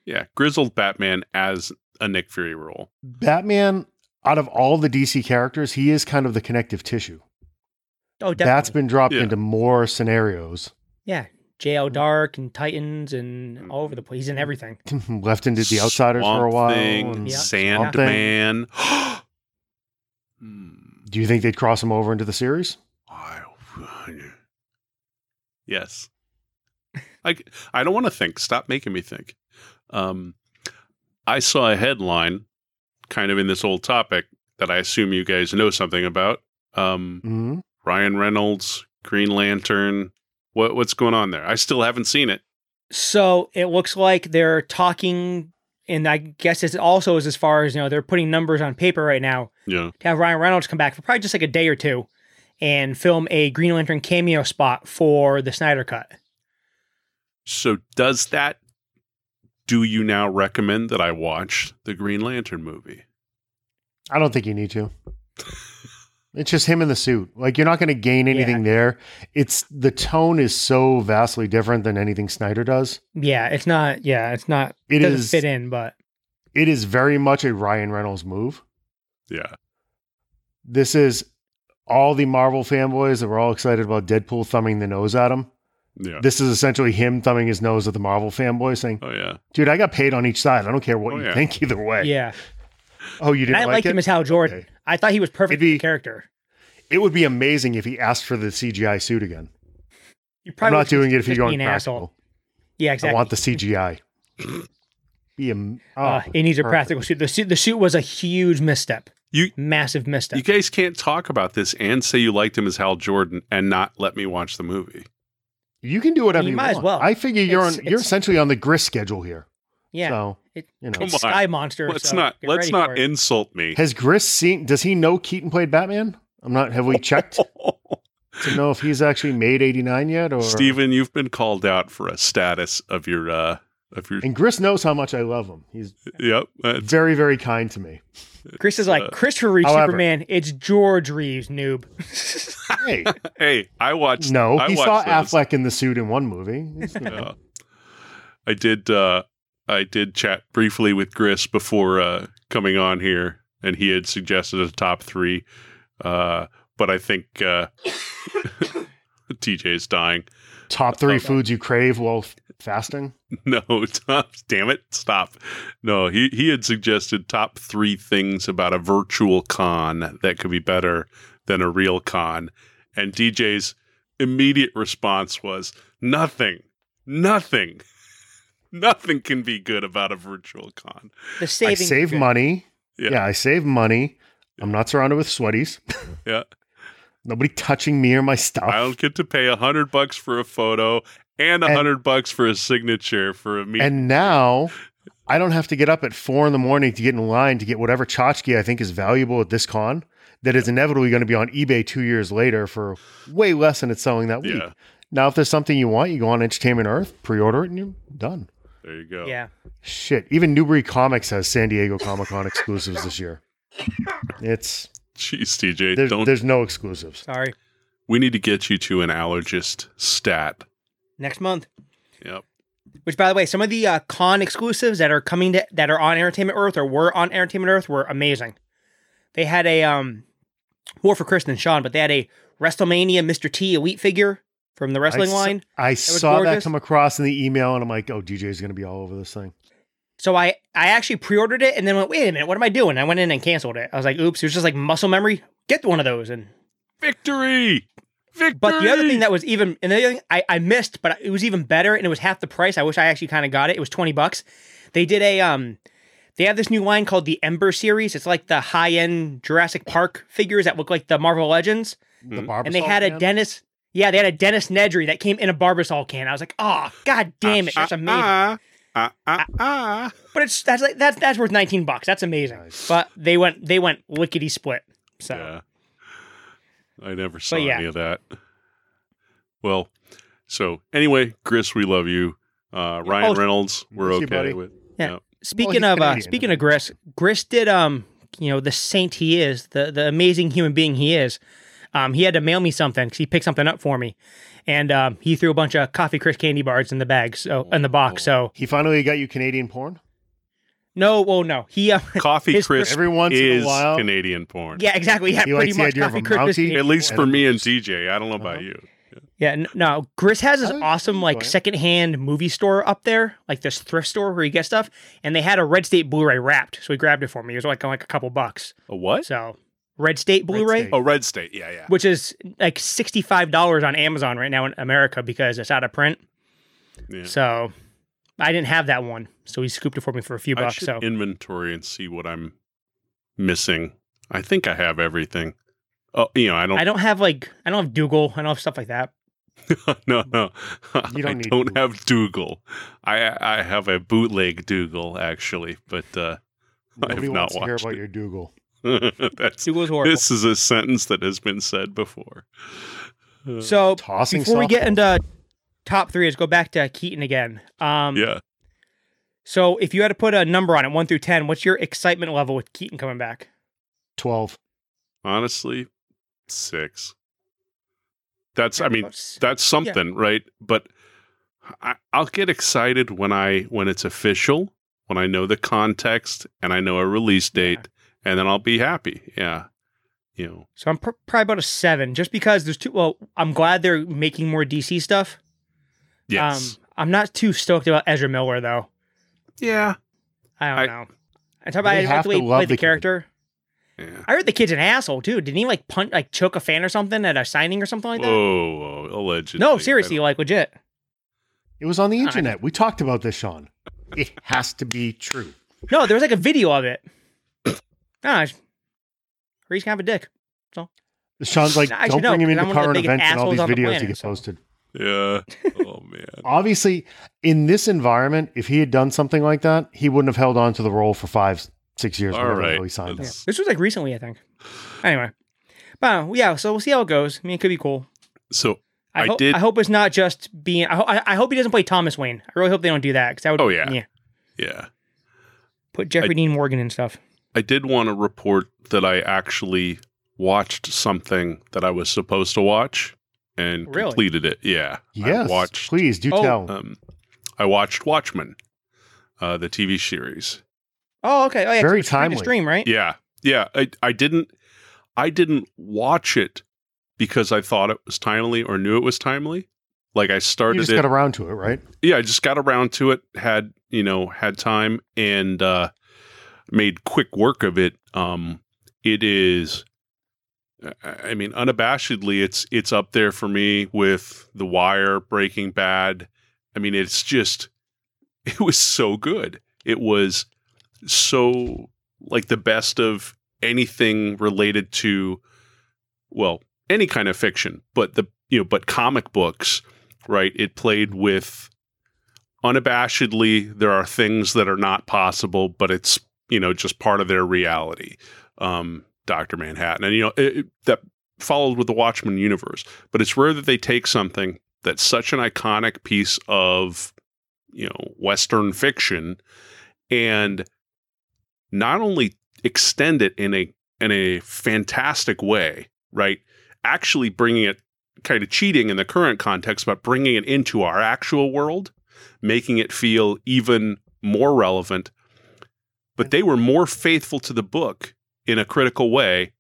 Speaker 3: yeah, grizzled Batman as a Nick Fury role.
Speaker 2: Batman, out of all the DC characters, he is kind of the connective tissue.
Speaker 1: oh, definitely.
Speaker 2: That's been dropped
Speaker 3: Yeah.
Speaker 2: into more scenarios.
Speaker 1: yeah, JL Dark and Titans and
Speaker 2: Mm.
Speaker 1: all over the place. He's in everything.
Speaker 2: Left into the outsiders for a
Speaker 3: Swamp
Speaker 2: while.
Speaker 3: Thing,
Speaker 2: and-
Speaker 1: Yeah. Swamp
Speaker 3: Sandman. Hmm.
Speaker 2: Do you think they'd cross him over into the series?
Speaker 3: I- yes. I, I don't want to think. Stop making me think. Um, I saw a headline kind of in this old topic that I assume you guys know something about. Um,
Speaker 2: hmm
Speaker 3: Ryan Reynolds, Green Lantern, What what's going on there? I still haven't seen it.
Speaker 1: So it looks like they're talking, and I guess it's also is as far as you know they're putting numbers on paper right now
Speaker 3: Yeah.
Speaker 1: to have Ryan Reynolds come back for probably just like a day or two, and film a Green Lantern cameo spot for the Snyder Cut.
Speaker 3: So does that do you now recommend that I watch the Green Lantern movie?
Speaker 2: I don't think you need to. It's just him in the suit. Like you're not going to gain anything there. It's the tone is so vastly different than anything Snyder does.
Speaker 1: Yeah, it's not. Yeah, it's not. It
Speaker 2: It
Speaker 1: doesn't
Speaker 2: is-
Speaker 1: fit in, but
Speaker 2: It is very much a Ryan Reynolds move.
Speaker 3: Yeah.
Speaker 2: This is all the Marvel fanboys that were all excited about Deadpool thumbing the nose at him.
Speaker 3: Yeah.
Speaker 2: This is essentially him thumbing his nose at the Marvel fanboy saying,
Speaker 3: Oh yeah.
Speaker 2: "Dude, I got paid on each side. I don't care what
Speaker 3: Oh,
Speaker 2: you
Speaker 3: yeah.
Speaker 2: think either way."
Speaker 1: yeah,
Speaker 2: Oh, you
Speaker 1: And
Speaker 2: didn't
Speaker 1: I
Speaker 2: like
Speaker 1: liked
Speaker 2: it?
Speaker 1: him as Hal Jordan.
Speaker 2: Okay.
Speaker 1: I thought he was perfect
Speaker 2: It'd
Speaker 1: for the
Speaker 2: be-
Speaker 1: character.
Speaker 2: It would be amazing if he asked for the CGI suit again.
Speaker 1: You
Speaker 2: I'm not
Speaker 1: was just-
Speaker 2: doing it if
Speaker 1: just be
Speaker 2: you're going
Speaker 1: an
Speaker 2: practical.
Speaker 1: asshole. Yeah, exactly.
Speaker 2: I want the CGI. Be a, m- oh,
Speaker 1: uh, it needs a
Speaker 2: perfect.
Speaker 1: practical shoot. The suit, the suit was a huge misstep,
Speaker 3: You
Speaker 1: massive misstep.
Speaker 3: you guys can't talk about this and say you liked him as Hal Jordan and not let me watch the movie.
Speaker 2: You can do whatever
Speaker 1: You
Speaker 2: you,
Speaker 1: might as
Speaker 2: want.
Speaker 1: well.
Speaker 2: I figure you're
Speaker 1: It's-
Speaker 2: on. You're
Speaker 1: it's-
Speaker 2: essentially on the grist schedule here.
Speaker 1: yeah,
Speaker 2: So
Speaker 1: It-
Speaker 2: you know,
Speaker 3: Come
Speaker 1: it's
Speaker 3: on.
Speaker 1: Sky Monster.
Speaker 3: Let's
Speaker 1: so
Speaker 3: not
Speaker 1: get
Speaker 3: let's
Speaker 1: ready for
Speaker 3: not
Speaker 1: it.
Speaker 3: insult me.
Speaker 2: has Grist seen? Does he know Keaton played Batman? I'm not. Have we checked to know if he's actually made 89 yet? Or
Speaker 3: Steven, you've been called out for a status of your uh of your
Speaker 2: And Grist knows how much I love him. He's
Speaker 3: Yep. that's-
Speaker 2: very, very kind to me.
Speaker 1: Chris is like
Speaker 3: uh,
Speaker 1: Christopher Reeve
Speaker 2: however-
Speaker 1: Superman. It's George Reeves, noob.
Speaker 2: Hey,
Speaker 3: hey, I watched
Speaker 2: no,
Speaker 3: I
Speaker 2: he
Speaker 3: watched
Speaker 2: saw
Speaker 3: those.
Speaker 2: Affleck in the suit in one movie. He's-
Speaker 3: Yeah. uh, I did uh I did chat briefly with Gris before uh coming on here and he had suggested a top 3 uh but I think uh TJ's dying.
Speaker 2: Top three
Speaker 1: Okay.
Speaker 2: foods you crave while f- fasting.
Speaker 3: No, Tom, damn it, stop. No, he he had suggested top 3 things about a virtual con that could be better than a real con and DJ's immediate response was nothing. Nothing. Nothing can be good about a virtual con.
Speaker 1: The
Speaker 2: I
Speaker 1: saving.
Speaker 2: save
Speaker 1: good.
Speaker 2: money.
Speaker 3: Yeah.
Speaker 2: Yeah. I save money. I'm not surrounded with sweaties.
Speaker 3: Yeah.
Speaker 2: Nobody touching me or my stuff.
Speaker 3: I don't get to pay a hundred bucks for a photo and a
Speaker 2: And-
Speaker 3: hundred bucks for a signature for a meeting.
Speaker 2: And now I don't have to get up at four in the morning to get in line to get whatever tchotchke I think is valuable at this con that is inevitably going to be on eBay two years later for way less than it's selling that week.
Speaker 3: yeah,
Speaker 2: Now, if there's something you want, you go on Entertainment Earth, pre order it, and you're done.
Speaker 3: there you go.
Speaker 1: Yeah,
Speaker 2: Shit. Even Newbury Comics has San Diego Comic Con exclusives this year. It's
Speaker 3: Jeez, TJ,
Speaker 2: there's,
Speaker 3: don't
Speaker 2: there's no exclusives.
Speaker 1: sorry.
Speaker 3: we need to get you to an allergist stat.
Speaker 1: Next month.
Speaker 3: Yep.
Speaker 1: Which, by the way, some of the uh, con exclusives that are coming to that are on Entertainment Earth or were on Entertainment Earth were amazing. They had a um, War for Kristen Sean, but they had a WrestleMania Mr. T Elite figure from the wrestling
Speaker 2: s-
Speaker 1: line.
Speaker 2: I
Speaker 1: was
Speaker 2: saw that
Speaker 1: gorgeous.
Speaker 2: come across in the email, and I'm like, oh, DJ's going to be all over this thing.
Speaker 1: So I I actually pre-ordered it and then went, wait a minute, what am I doing? I went in and canceled it. I was like, oops, it was just like muscle memory. Get one of those. And
Speaker 3: Victory, victory.
Speaker 1: but the other thing that was even and the other thing I, I missed, but it was even better and it was half the price. I wish I actually kind of got it. It was 20 bucks. They did a um they have this new line called the Ember series. It's like the high-end Jurassic Park figures that look like the Marvel Legends.
Speaker 2: The
Speaker 3: Mhm.
Speaker 2: barber
Speaker 1: and they had a
Speaker 2: can.
Speaker 1: Dennis yeah, they had a Dennis Nedry that came in a Barbasol can. I was like, oh, god damn it, that's amazing.
Speaker 3: Ah, ah, ah, ah.
Speaker 1: But it's that's like that's that's worth nineteen bucks. That's amazing.
Speaker 2: Nice.
Speaker 1: But they went they went lickety split. So
Speaker 3: Yeah. I never saw
Speaker 1: yeah.
Speaker 3: any of that. Well, so anyway, Chris, we love you. Uh, Ryan
Speaker 1: Oh,
Speaker 3: Reynolds, we're
Speaker 2: miss you,
Speaker 3: okay
Speaker 2: buddy.
Speaker 3: with.
Speaker 1: Yeah. speaking
Speaker 2: he's
Speaker 1: of uh,
Speaker 2: Canadian.
Speaker 1: speaking of Gris, Gris did um you know the saint he is, the the amazing human being he is. Um, he had to mail me something because he picked something up for me, and um, he threw a bunch of coffee Chris candy bars in the bag, so in the
Speaker 2: Oh.
Speaker 1: box. So
Speaker 2: He finally got you Canadian porn.
Speaker 1: no, well, no, he uh,
Speaker 3: Coffee
Speaker 1: His-
Speaker 3: Chris
Speaker 2: Every once in
Speaker 3: is
Speaker 2: a while,
Speaker 3: Canadian porn.
Speaker 1: yeah, exactly, yeah,
Speaker 2: He
Speaker 1: pretty
Speaker 2: likes the
Speaker 1: much
Speaker 2: idea of
Speaker 1: coffee
Speaker 2: a
Speaker 1: Chris
Speaker 2: Mountie?
Speaker 1: Candy
Speaker 3: At least
Speaker 1: Bars.
Speaker 3: for me and DJ. I don't know about
Speaker 2: Uh-huh.
Speaker 3: you.
Speaker 1: Yeah, n- no. Gris has this
Speaker 2: Oh,
Speaker 1: awesome like
Speaker 2: okay.
Speaker 1: secondhand movie store up there, like this thrift store where you get stuff, and they had a Red State Blu-ray wrapped, so he grabbed it for me. It was like like a couple bucks.
Speaker 3: A what?
Speaker 1: So Red State Blu-ray,
Speaker 2: State.
Speaker 3: Oh, Red State. Yeah, yeah.
Speaker 1: which is like sixty-five dollars on Amazon right now in America because it's out of print.
Speaker 3: Yeah.
Speaker 1: So I didn't have that one, so he scooped it for me for a few
Speaker 3: I
Speaker 1: bucks.
Speaker 3: should
Speaker 1: So
Speaker 3: inventory and see what I'm missing. I think I have everything. Oh, you know, I don't.
Speaker 1: I don't have like I don't have Dougal, I don't have stuff like that.
Speaker 3: no, no.
Speaker 2: You don't
Speaker 3: I
Speaker 2: need
Speaker 3: don't
Speaker 2: Dougal.
Speaker 3: have Dougal. I I have a bootleg Dougal actually, but uh, I
Speaker 2: Nobody
Speaker 3: have not
Speaker 2: wants to hear
Speaker 3: watched
Speaker 2: about
Speaker 3: it.
Speaker 2: your Dougal.
Speaker 3: that's
Speaker 1: Dougal's horrible.
Speaker 3: this is a sentence that has been said before. Uh,
Speaker 1: So
Speaker 2: Tossing
Speaker 1: before we get
Speaker 2: softballs.
Speaker 1: into top three, let's go back to Keaton again. Um,
Speaker 3: yeah,
Speaker 1: So if you had to put a number on it, one through ten, what's your excitement level with Keaton coming back?
Speaker 2: 12.
Speaker 3: honestly, six. That's I mean
Speaker 1: That's-
Speaker 3: that's something, right? But I, I'll get excited when I when it's official, when I know the context and I know a release date, and then I'll be happy. Yeah, you know.
Speaker 1: So I'm pr- probably about a seven, just because there's two. Well, I'm glad they're making more DC stuff.
Speaker 3: Yes.
Speaker 1: Um, I'm not too stoked about Ezra Miller though.
Speaker 3: yeah.
Speaker 1: I don't
Speaker 3: I-
Speaker 1: know. I talk about
Speaker 2: They
Speaker 1: I like
Speaker 2: have
Speaker 1: the way
Speaker 2: to
Speaker 1: he
Speaker 2: love
Speaker 1: played the,
Speaker 2: the kid.
Speaker 1: character.
Speaker 3: Yeah.
Speaker 1: I heard the kid's an asshole too. Didn't he like punch, like choke a fan or something at a signing or something like that?
Speaker 3: Whoa, whoa, allegedly.
Speaker 1: no,
Speaker 3: I
Speaker 1: seriously,
Speaker 3: Oh, don't-
Speaker 1: like legit.
Speaker 2: It was on the
Speaker 1: I-
Speaker 2: internet. We talked about this, Sean. It has to be true.
Speaker 1: No, there was like a video of it. nah, it's- or he's kind of a dick.
Speaker 2: Sean's like,
Speaker 1: No, actually,
Speaker 2: don't
Speaker 1: no,
Speaker 2: bring him
Speaker 1: because I'm one
Speaker 2: into
Speaker 1: of the
Speaker 2: current
Speaker 1: biggest
Speaker 2: events and all
Speaker 1: assholes
Speaker 2: these
Speaker 1: on the
Speaker 2: videos
Speaker 1: planet,
Speaker 2: he gets
Speaker 1: so-
Speaker 2: posted.
Speaker 3: Yeah. Oh man.
Speaker 2: Obviously, in this environment, if he had done something like that, he wouldn't have held on to the role for five, six years.
Speaker 3: All
Speaker 2: whenever the
Speaker 3: right.
Speaker 2: hell he signed
Speaker 1: Yeah.
Speaker 2: it.
Speaker 3: That's-
Speaker 1: This was like recently, I think. Anyway, but uh, yeah, so we'll see how it goes. I mean, it could be cool.
Speaker 3: So
Speaker 1: I,
Speaker 3: I
Speaker 1: ho-
Speaker 3: did-
Speaker 1: I hope it's not just being. I, ho- I, I hope he doesn't play Thomas Wayne. I really hope they don't do that because that would.
Speaker 3: Oh, yeah.
Speaker 1: yeah.
Speaker 3: yeah,
Speaker 1: Put Jeffrey Dean Morgan and stuff.
Speaker 3: I did want to report that I actually watched something that I was supposed to watch and
Speaker 1: Really?
Speaker 3: completed it. Yeah.
Speaker 2: Yes,
Speaker 3: I watched.
Speaker 2: please do
Speaker 1: Oh,
Speaker 2: tell.
Speaker 3: Um, I watched Watchmen, uh, the TV series.
Speaker 1: Oh, okay. Oh, yeah. 'cause
Speaker 2: Very
Speaker 1: it was free to
Speaker 2: timely.
Speaker 1: Stream, right?
Speaker 3: Yeah. Yeah. I, I didn't I didn't watch it because I thought it was timely or knew it was timely. Like I
Speaker 2: you
Speaker 3: started
Speaker 2: just
Speaker 3: it.
Speaker 2: got around to it, right?
Speaker 3: yeah, I just got around to it, had you know, had time and uh made quick work of it. Um it is I I mean, unabashedly it's it's up there for me with The Wire, Breaking Bad. I mean, it's just it was so good. It was so like the best of anything related to well, any kind of fiction, but the you know, but comic books, right? It played with unabashedly there are things that are not possible, but it's you know just part of their reality. Um, Doctor Manhattan, and you know it, it- that followed with the Watchmen universe, but it's rare that they take something that's such an iconic piece of you know Western fiction and not only extend it in a in a fantastic way, right? Actually bringing it kind of cheating in the current context, but bringing it into our actual world, making it feel even more relevant. But they were more faithful to the book in a critical way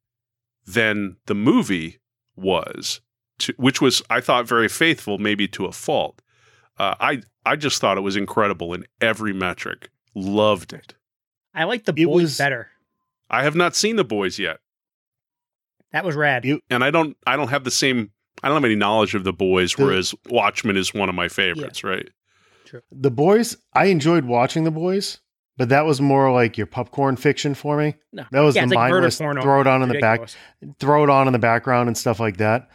Speaker 3: than the movie was, to, which was I thought very faithful, maybe to a fault. Uh, I I just thought it was incredible in every metric. Loved it.
Speaker 1: I like the
Speaker 2: It
Speaker 1: boys
Speaker 2: was-
Speaker 1: better.
Speaker 3: I have not seen the boys yet,
Speaker 1: That was rad.
Speaker 2: It-
Speaker 3: and I don't I don't have the same I don't have any knowledge of the boys,
Speaker 2: The-
Speaker 3: whereas Watchmen is one of my favorites, right?
Speaker 2: The Boys, I enjoyed watching The Boys, but that was more like your popcorn fiction for me.
Speaker 1: No.
Speaker 2: That was
Speaker 1: Yeah, it's
Speaker 2: the
Speaker 1: like murder
Speaker 2: mindless
Speaker 1: porno.
Speaker 2: throw it on in the back,
Speaker 1: Ridiculous.
Speaker 2: throw it on in the background and stuff like that.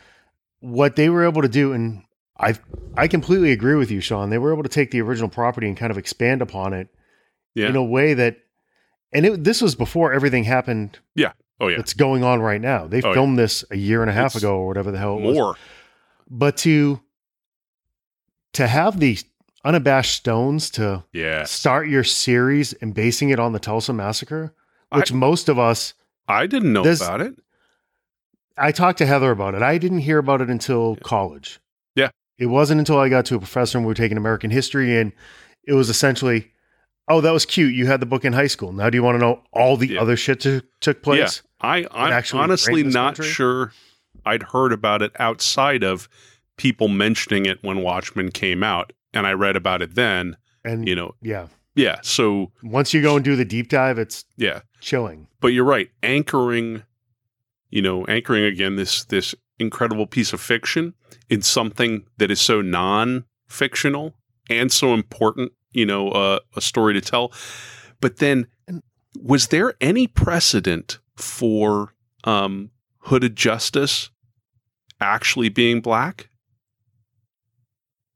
Speaker 2: What they were able to do, and I, I completely agree with you, Sean. They were able to take the original property and kind of expand upon it
Speaker 3: Yeah.
Speaker 2: in a way that, and it, this was before everything happened
Speaker 3: oh yeah.
Speaker 2: that's going on right now. They
Speaker 3: Oh, yeah.
Speaker 2: filmed this a year and a half
Speaker 3: It's
Speaker 2: ago or whatever the hell it was
Speaker 3: More.
Speaker 2: but to to have the unabashed stones to
Speaker 3: Yeah.
Speaker 2: start your series and basing it on the Tulsa massacre, which most of us
Speaker 3: I didn't know
Speaker 2: There's-
Speaker 3: about it.
Speaker 2: I talked to Heather about it. I didn't hear about it until college.
Speaker 3: Yeah.
Speaker 2: It wasn't until I got to a professor and we were taking American history and it was essentially, oh, that was cute. You had the book in high school. Now do you want to know all the
Speaker 3: Yeah.
Speaker 2: other shit that took place?
Speaker 3: I I'm
Speaker 2: actually
Speaker 3: honestly
Speaker 2: ranked this
Speaker 3: not
Speaker 2: country?
Speaker 3: sure I'd heard about it outside of people mentioning it when Watchmen came out and I read about it then,
Speaker 2: And
Speaker 3: you know.
Speaker 2: yeah.
Speaker 3: Yeah. So
Speaker 2: Once you go and do the deep dive, it's
Speaker 3: yeah.
Speaker 2: chilling.
Speaker 3: but you're right anchoring you know anchoring again this this incredible piece of fiction in something that is so non-fictional and so important you know uh, a story to tell but then was there any precedent for um hooded justice actually being black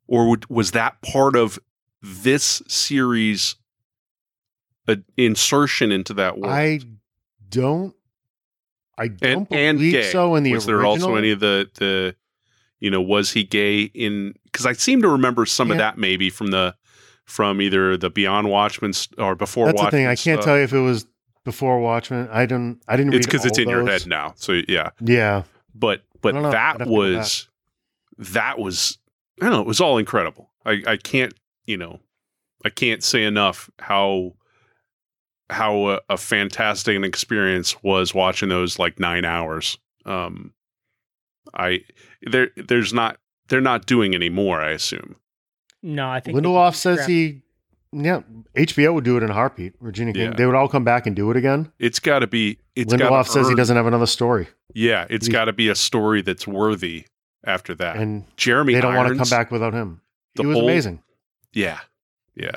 Speaker 3: or would, was that part of this series uh, insertion into that world?
Speaker 2: I don't. I
Speaker 3: and
Speaker 2: don't
Speaker 3: and
Speaker 2: believe
Speaker 3: gay.
Speaker 2: so. In the
Speaker 3: was
Speaker 2: original,
Speaker 3: there also any of the the you know was he gay in because I seem to remember some of
Speaker 2: Yeah.
Speaker 3: that maybe from the from either the Beyond Watchmen st- or before
Speaker 2: That's the
Speaker 3: Watchmen
Speaker 2: thing. I can't
Speaker 3: stuff.
Speaker 2: tell you if it was before Watchmen. I don't. I didn't.
Speaker 3: It's
Speaker 2: because
Speaker 3: because it's in your head now. So yeah,
Speaker 2: Yeah,
Speaker 3: but
Speaker 2: I
Speaker 3: but
Speaker 2: don't know. I'd have to
Speaker 3: that
Speaker 2: go
Speaker 3: was that was I don't know, it was all incredible. I I can't, you know, I can't say enough how how uh, a, a fantastic an experience was watching those like 9 hours. Um I there there's not they're not doing anymore, I assume.
Speaker 1: No, I think
Speaker 2: Lindelof says
Speaker 1: crap.
Speaker 2: he. Yeah, HBO would do it in a heartbeat. Virginia King.
Speaker 3: Yeah.
Speaker 2: They would all come back and do it again.
Speaker 3: It's got to be it's got
Speaker 2: Lindelof says he doesn't have another story,
Speaker 3: Yeah, it's
Speaker 2: He's-
Speaker 3: got to be a story that's worthy after that.
Speaker 2: and
Speaker 3: Jeremy
Speaker 2: they don't want to come
Speaker 3: Irons,
Speaker 2: back without him.
Speaker 3: the
Speaker 2: He was
Speaker 3: old-
Speaker 2: amazing.
Speaker 3: Yeah. Yeah.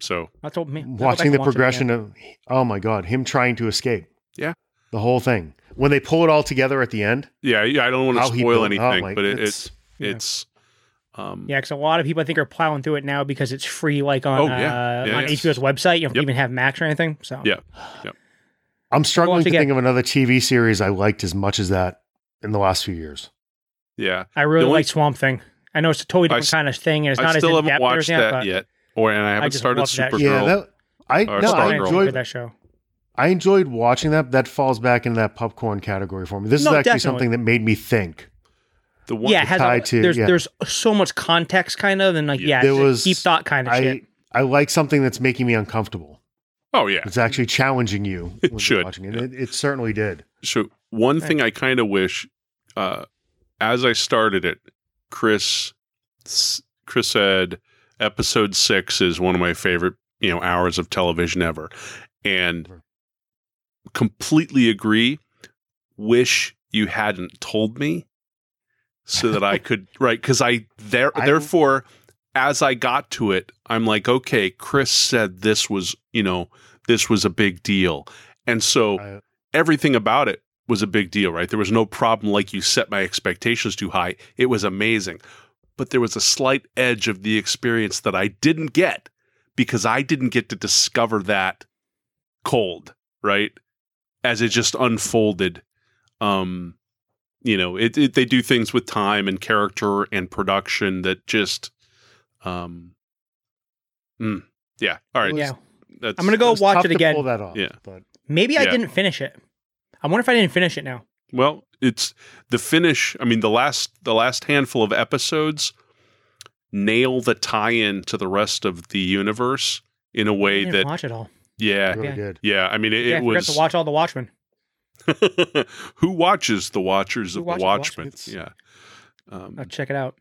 Speaker 3: So
Speaker 1: I told me
Speaker 2: Watching the progression of, oh my god, him trying to escape.
Speaker 3: Yeah.
Speaker 2: the whole thing when they pull it all together at the end.
Speaker 3: yeah, yeah, I don't want to
Speaker 2: how he
Speaker 3: spoil
Speaker 2: built- oh
Speaker 3: anything,
Speaker 2: my-
Speaker 3: but it, it's
Speaker 2: it's
Speaker 1: Yeah.
Speaker 3: It's um
Speaker 1: Yeah, because a lot of people I think are plowing through it now because it's free, like on
Speaker 3: Oh, yeah.
Speaker 1: uh,
Speaker 3: Yeah,
Speaker 1: on
Speaker 3: yeah.
Speaker 1: HBO's website. You don't
Speaker 3: Yep.
Speaker 1: even have Max or anything. So
Speaker 3: Yeah.
Speaker 2: I'm struggling to
Speaker 1: again-
Speaker 2: think of another TV series I liked as much as that in the last few years.
Speaker 3: yeah.
Speaker 1: I really
Speaker 3: The only-
Speaker 1: like Swamp Thing. I know it's a totally
Speaker 3: I
Speaker 1: different
Speaker 3: s-
Speaker 1: kind of thing, and it's not
Speaker 3: I
Speaker 1: as
Speaker 3: still
Speaker 1: in
Speaker 3: haven't
Speaker 1: depth
Speaker 3: watched
Speaker 1: yet,
Speaker 3: that yet. Or and I haven't
Speaker 1: just
Speaker 3: started
Speaker 1: love that
Speaker 3: Supergirl.
Speaker 1: show.
Speaker 2: Yeah, that I
Speaker 3: Or
Speaker 2: no, I
Speaker 3: Stargirl.
Speaker 1: enjoyed
Speaker 2: enjoyed
Speaker 1: that show.
Speaker 2: I enjoyed watching that. That falls back into that popcorn category for me. This
Speaker 1: No,
Speaker 2: is actually
Speaker 1: definitely.
Speaker 2: something that made me think.
Speaker 3: the one
Speaker 1: Yeah, it has a,
Speaker 2: tied to-
Speaker 1: there's
Speaker 2: yeah.
Speaker 1: there's so much context, kind of, and like
Speaker 3: Yeah.
Speaker 1: yeah,
Speaker 2: There
Speaker 1: it's a
Speaker 2: was-
Speaker 1: deep thought kind of shit.
Speaker 2: I I like something that's making me uncomfortable.
Speaker 3: Oh yeah.
Speaker 2: It's actually challenging you. When you're
Speaker 3: should,
Speaker 2: watching it.
Speaker 3: yeah.
Speaker 2: it. It certainly did.
Speaker 3: So one thing I kind of wish uh as I started it, Chris s- Chris said episode 6 is one of my favorite, you know, hours of television ever. And completely agree. Wish you hadn't told me so that I could right cuz I there
Speaker 2: I-
Speaker 3: therefore as I got to it, I'm like, okay, Chris said this was, you know, this was a big deal. And so
Speaker 2: I-
Speaker 3: everything about it was a big deal, right? There was no problem like you set my expectations too high. It was amazing. But there was a slight edge of the experience that I didn't get because I didn't get to discover that cold, right? As it just unfolded. Um you know, it, it they do things with time and character and production that just um mm, yeah. All right.
Speaker 1: yeah,
Speaker 3: That's,
Speaker 1: I'm gonna go
Speaker 2: was
Speaker 1: watch
Speaker 2: tough
Speaker 1: it
Speaker 2: to
Speaker 1: again.
Speaker 2: Pull that off.
Speaker 3: Yeah.
Speaker 2: but
Speaker 1: Maybe I
Speaker 3: Yeah.
Speaker 1: didn't finish it. I wonder if I didn't finish it now.
Speaker 3: Well, it's the finish. I mean, the last the last handful of episodes nail the tie-in to the rest of the universe in a
Speaker 1: I
Speaker 3: way
Speaker 1: didn't
Speaker 3: that
Speaker 1: watch it all.
Speaker 2: it
Speaker 3: yeah,
Speaker 2: really
Speaker 1: Yeah.
Speaker 2: did.
Speaker 3: yeah. I mean, it,
Speaker 1: yeah, I
Speaker 3: it
Speaker 1: forgot
Speaker 3: was
Speaker 1: to watch all the Watchmen.
Speaker 3: who watches the Watchers
Speaker 1: Who
Speaker 3: of
Speaker 1: watches
Speaker 3: the
Speaker 1: The
Speaker 3: Watchmen? Yeah,
Speaker 2: Watchmen?
Speaker 3: um,
Speaker 1: I'll check it out.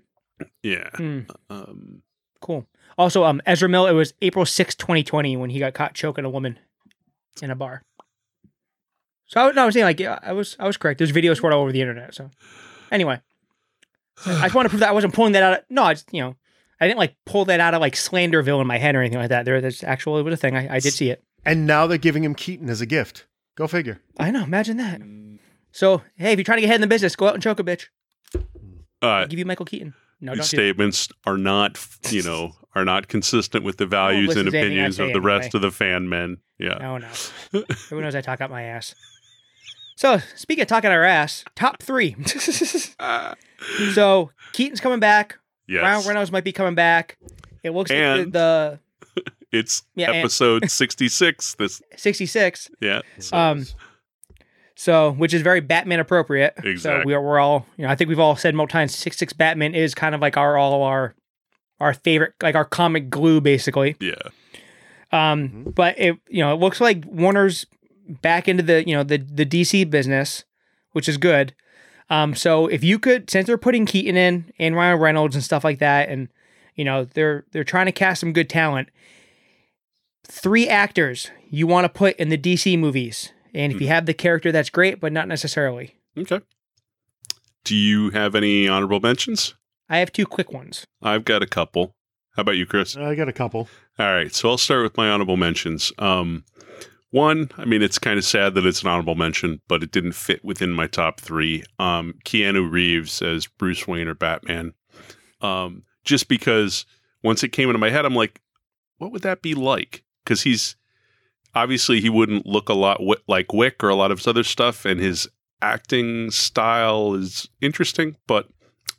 Speaker 3: yeah.
Speaker 1: Hmm,
Speaker 3: Um,
Speaker 1: cool. Also, um, Ezra Mill. It was April sixth, 2020, when he got caught choking a woman in a bar. So I, no, I was saying like yeah, I was I was correct. There's videos for it all over the internet. So anyway, I just want to prove that I wasn't pulling that out. Of, no, I just you know I didn't like pull that out of like Slanderville in my head or anything like that. There, that's actually it was a thing. I, I did see it.
Speaker 2: And now they're giving him Keaton as a gift. Go figure.
Speaker 1: I know. Imagine that. So hey, if you're trying to get ahead in the business, go out and choke a bitch.
Speaker 3: uh,
Speaker 1: I'll give you Michael Keaton. No,
Speaker 3: these
Speaker 1: don't do that.
Speaker 3: statements are not, you know, are not consistent with the values and
Speaker 1: listens to anything I
Speaker 3: opinions
Speaker 1: say
Speaker 3: of the rest
Speaker 1: anyway.
Speaker 3: of the fan men. Yeah.
Speaker 1: Oh, No, no. Everyone knows I talk out my ass. So, speaking of talking our ass, top three.
Speaker 3: Ah,
Speaker 1: so, Keaton's coming back.
Speaker 3: yes.
Speaker 1: Ryan Reynolds might be coming back. It looks like
Speaker 3: And-
Speaker 1: the,
Speaker 3: It's
Speaker 1: Yeah, and-
Speaker 3: episode 66 this
Speaker 1: the 66,
Speaker 3: yeah
Speaker 1: Um, so which is very Batman appropriate. So
Speaker 3: Exactly.
Speaker 1: we are, we're all, you know, I think we've all said multiple times, 66 Batman is kind of like our all our our favorite, like our comic glue, basically.
Speaker 3: yeah
Speaker 1: Um,
Speaker 2: Mhm.
Speaker 1: but it you know it looks like Warner's back into the you know the the DC business, which is good. Um, so if you could, since they're putting Keaton in and Ryan Reynolds and stuff like that, and you know they're they're trying to cast some good talent. Three actors you want to put in the DC movies, and if you have the character, that's great, but not necessarily.
Speaker 3: okay do you have any honorable mentions
Speaker 1: I have two quick ones.
Speaker 3: i've got a couple how about you chris
Speaker 2: I got a couple.
Speaker 3: all right so i'll start with my honorable mentions um one i mean it's kind of sad that it's an honorable mention but it didn't fit within my top three um keanu reeves as bruce wayne or batman um just because once it came into my head, I'm like, what would that be like? Because he's obviously he wouldn't look a lot wi- like Wick or a lot of his other stuff, and his acting style is interesting. But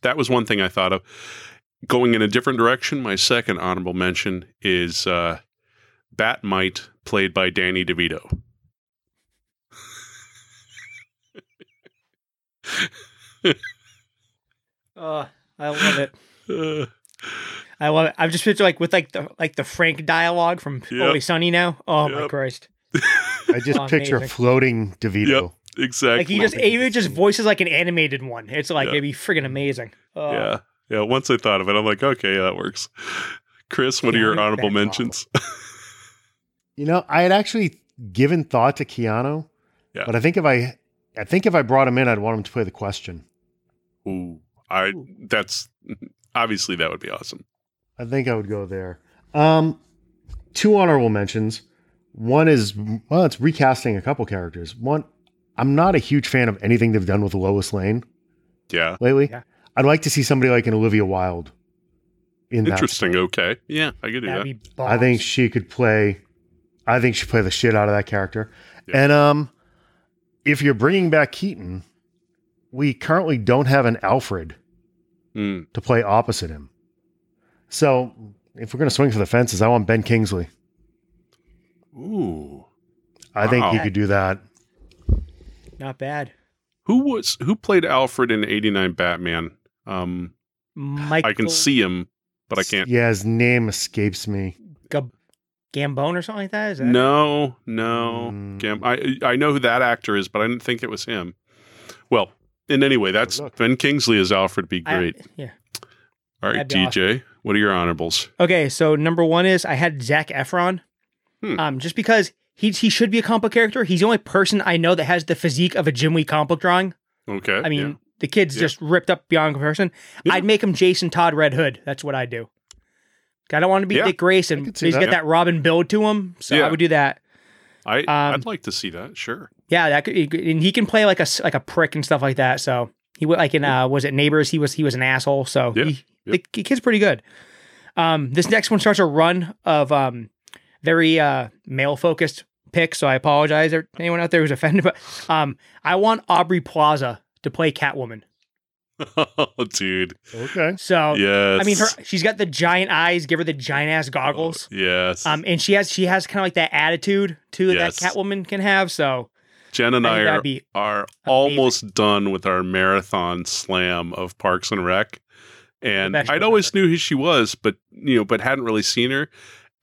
Speaker 3: that was one thing I thought of. Going in a different direction, my second honorable mention is uh, Batmite, played by Danny DeVito.
Speaker 1: Uh, I love it.
Speaker 3: Uh,
Speaker 1: I love it. I've just pictured like with like the like the Frank dialogue from
Speaker 3: Yep.
Speaker 1: Always Sunny now. Oh my
Speaker 3: Yep.
Speaker 1: Christ!
Speaker 2: I just
Speaker 1: Oh,
Speaker 2: picture
Speaker 1: amazing.
Speaker 2: floating DeVito.
Speaker 3: exactly.
Speaker 1: Like he just
Speaker 2: Excellent.
Speaker 1: Ava just voices like an animated one. It's like
Speaker 3: Yeah.
Speaker 1: it'd be friggin' amazing. Uh,
Speaker 3: yeah. Yeah. Once I thought of it, I'm like, okay, yeah, that works. Chris, what are your
Speaker 1: Keanu
Speaker 3: honorable
Speaker 1: Reeves.
Speaker 3: mentions?
Speaker 2: You know, I had actually given thought to Keanu,
Speaker 3: Yeah.
Speaker 2: but I think if I, I think if I brought him in, I'd want him to play the question.
Speaker 3: Ooh, I
Speaker 1: Ooh.
Speaker 3: that's obviously that would be awesome.
Speaker 2: I think I would go there. Um, two honorable mentions. One is well, it's recasting a couple characters. One, I'm not a huge fan of anything they've done with Lois Lane
Speaker 3: Yeah.
Speaker 2: lately.
Speaker 1: Yeah.
Speaker 2: I'd like to see somebody like an Olivia Wilde. In that.
Speaker 3: Interesting. Okay. Yeah, I could do
Speaker 1: That'd
Speaker 3: that.
Speaker 1: be
Speaker 2: I think
Speaker 1: boss.
Speaker 2: she could play. I think she play the shit out of that character.
Speaker 3: Yeah.
Speaker 2: And um, if you're bringing back Keaton, we currently don't have an Alfred
Speaker 3: Mm.
Speaker 2: to play opposite him. So if we're gonna swing for the fences, I want Ben Kingsley.
Speaker 3: Ooh.
Speaker 2: I think he
Speaker 3: Wow.
Speaker 2: could do that.
Speaker 1: not bad.
Speaker 3: Who was who played Alfred in '89 Batman? Um,
Speaker 1: Mike.
Speaker 3: I can see him, but I can't.
Speaker 2: Yeah, his name escapes me.
Speaker 1: Gab- Gambone or something like that. Is that
Speaker 3: No,
Speaker 1: Hmm.
Speaker 3: no.
Speaker 2: Mm.
Speaker 3: Gam- I I know who that actor is, but I didn't think it was him. Well, and anyway, that's
Speaker 2: look.
Speaker 3: Ben Kingsley as Alfred. Be
Speaker 1: I-
Speaker 3: great.
Speaker 1: yeah.
Speaker 3: All right,
Speaker 1: that'd be
Speaker 3: DJ, what are your honorables?
Speaker 1: Okay, so number one is I had Zach Efron,
Speaker 3: Hmm.
Speaker 1: um, just because he he should be a comic book character. He's the only person I know that has the physique of a Jim Lee comic book drawing.
Speaker 3: Okay.
Speaker 1: I mean,
Speaker 3: yeah.
Speaker 1: the kid's
Speaker 3: Yeah.
Speaker 1: just ripped up beyond comparison.
Speaker 3: Yeah.
Speaker 1: I'd make him Jason Todd Red Hood. That's what I do. I don't want to be
Speaker 3: Yeah,
Speaker 1: Dick Grayson.
Speaker 2: I
Speaker 1: but
Speaker 2: could see
Speaker 1: He's
Speaker 2: that.
Speaker 1: got that Robin build to him, so
Speaker 3: Yeah.
Speaker 1: I would do that.
Speaker 3: I
Speaker 1: um,
Speaker 3: I'd like to see that. Sure.
Speaker 1: Yeah, that could, and he can play like a s- like a prick and stuff like that. So he would like in uh, was it Neighbors? He was he was an asshole. So
Speaker 3: Yeah,
Speaker 1: he,
Speaker 3: yeah.
Speaker 1: the kid's pretty good. Um, this next one starts a run of um very uh male focused picks. So I apologize to anyone out there who's offended, but um, I want Aubrey Plaza to play Catwoman.
Speaker 3: oh, dude.
Speaker 2: Okay.
Speaker 1: So
Speaker 3: Yes.
Speaker 1: Oh,
Speaker 3: Oh,
Speaker 1: I mean, her she's got the giant eyes. Give her the giant ass goggles.
Speaker 3: Yes.
Speaker 1: Um, and she has she has kind of like that attitude too
Speaker 3: Yes.
Speaker 1: that Catwoman can have. So
Speaker 3: Jen and
Speaker 1: I
Speaker 3: I,
Speaker 1: think
Speaker 3: are,
Speaker 1: that'd be
Speaker 3: are almost done with our marathon slam of Parks and Rec. And
Speaker 1: The best
Speaker 3: I'd
Speaker 1: show
Speaker 3: always knew who she was, but you know, but hadn't really seen her.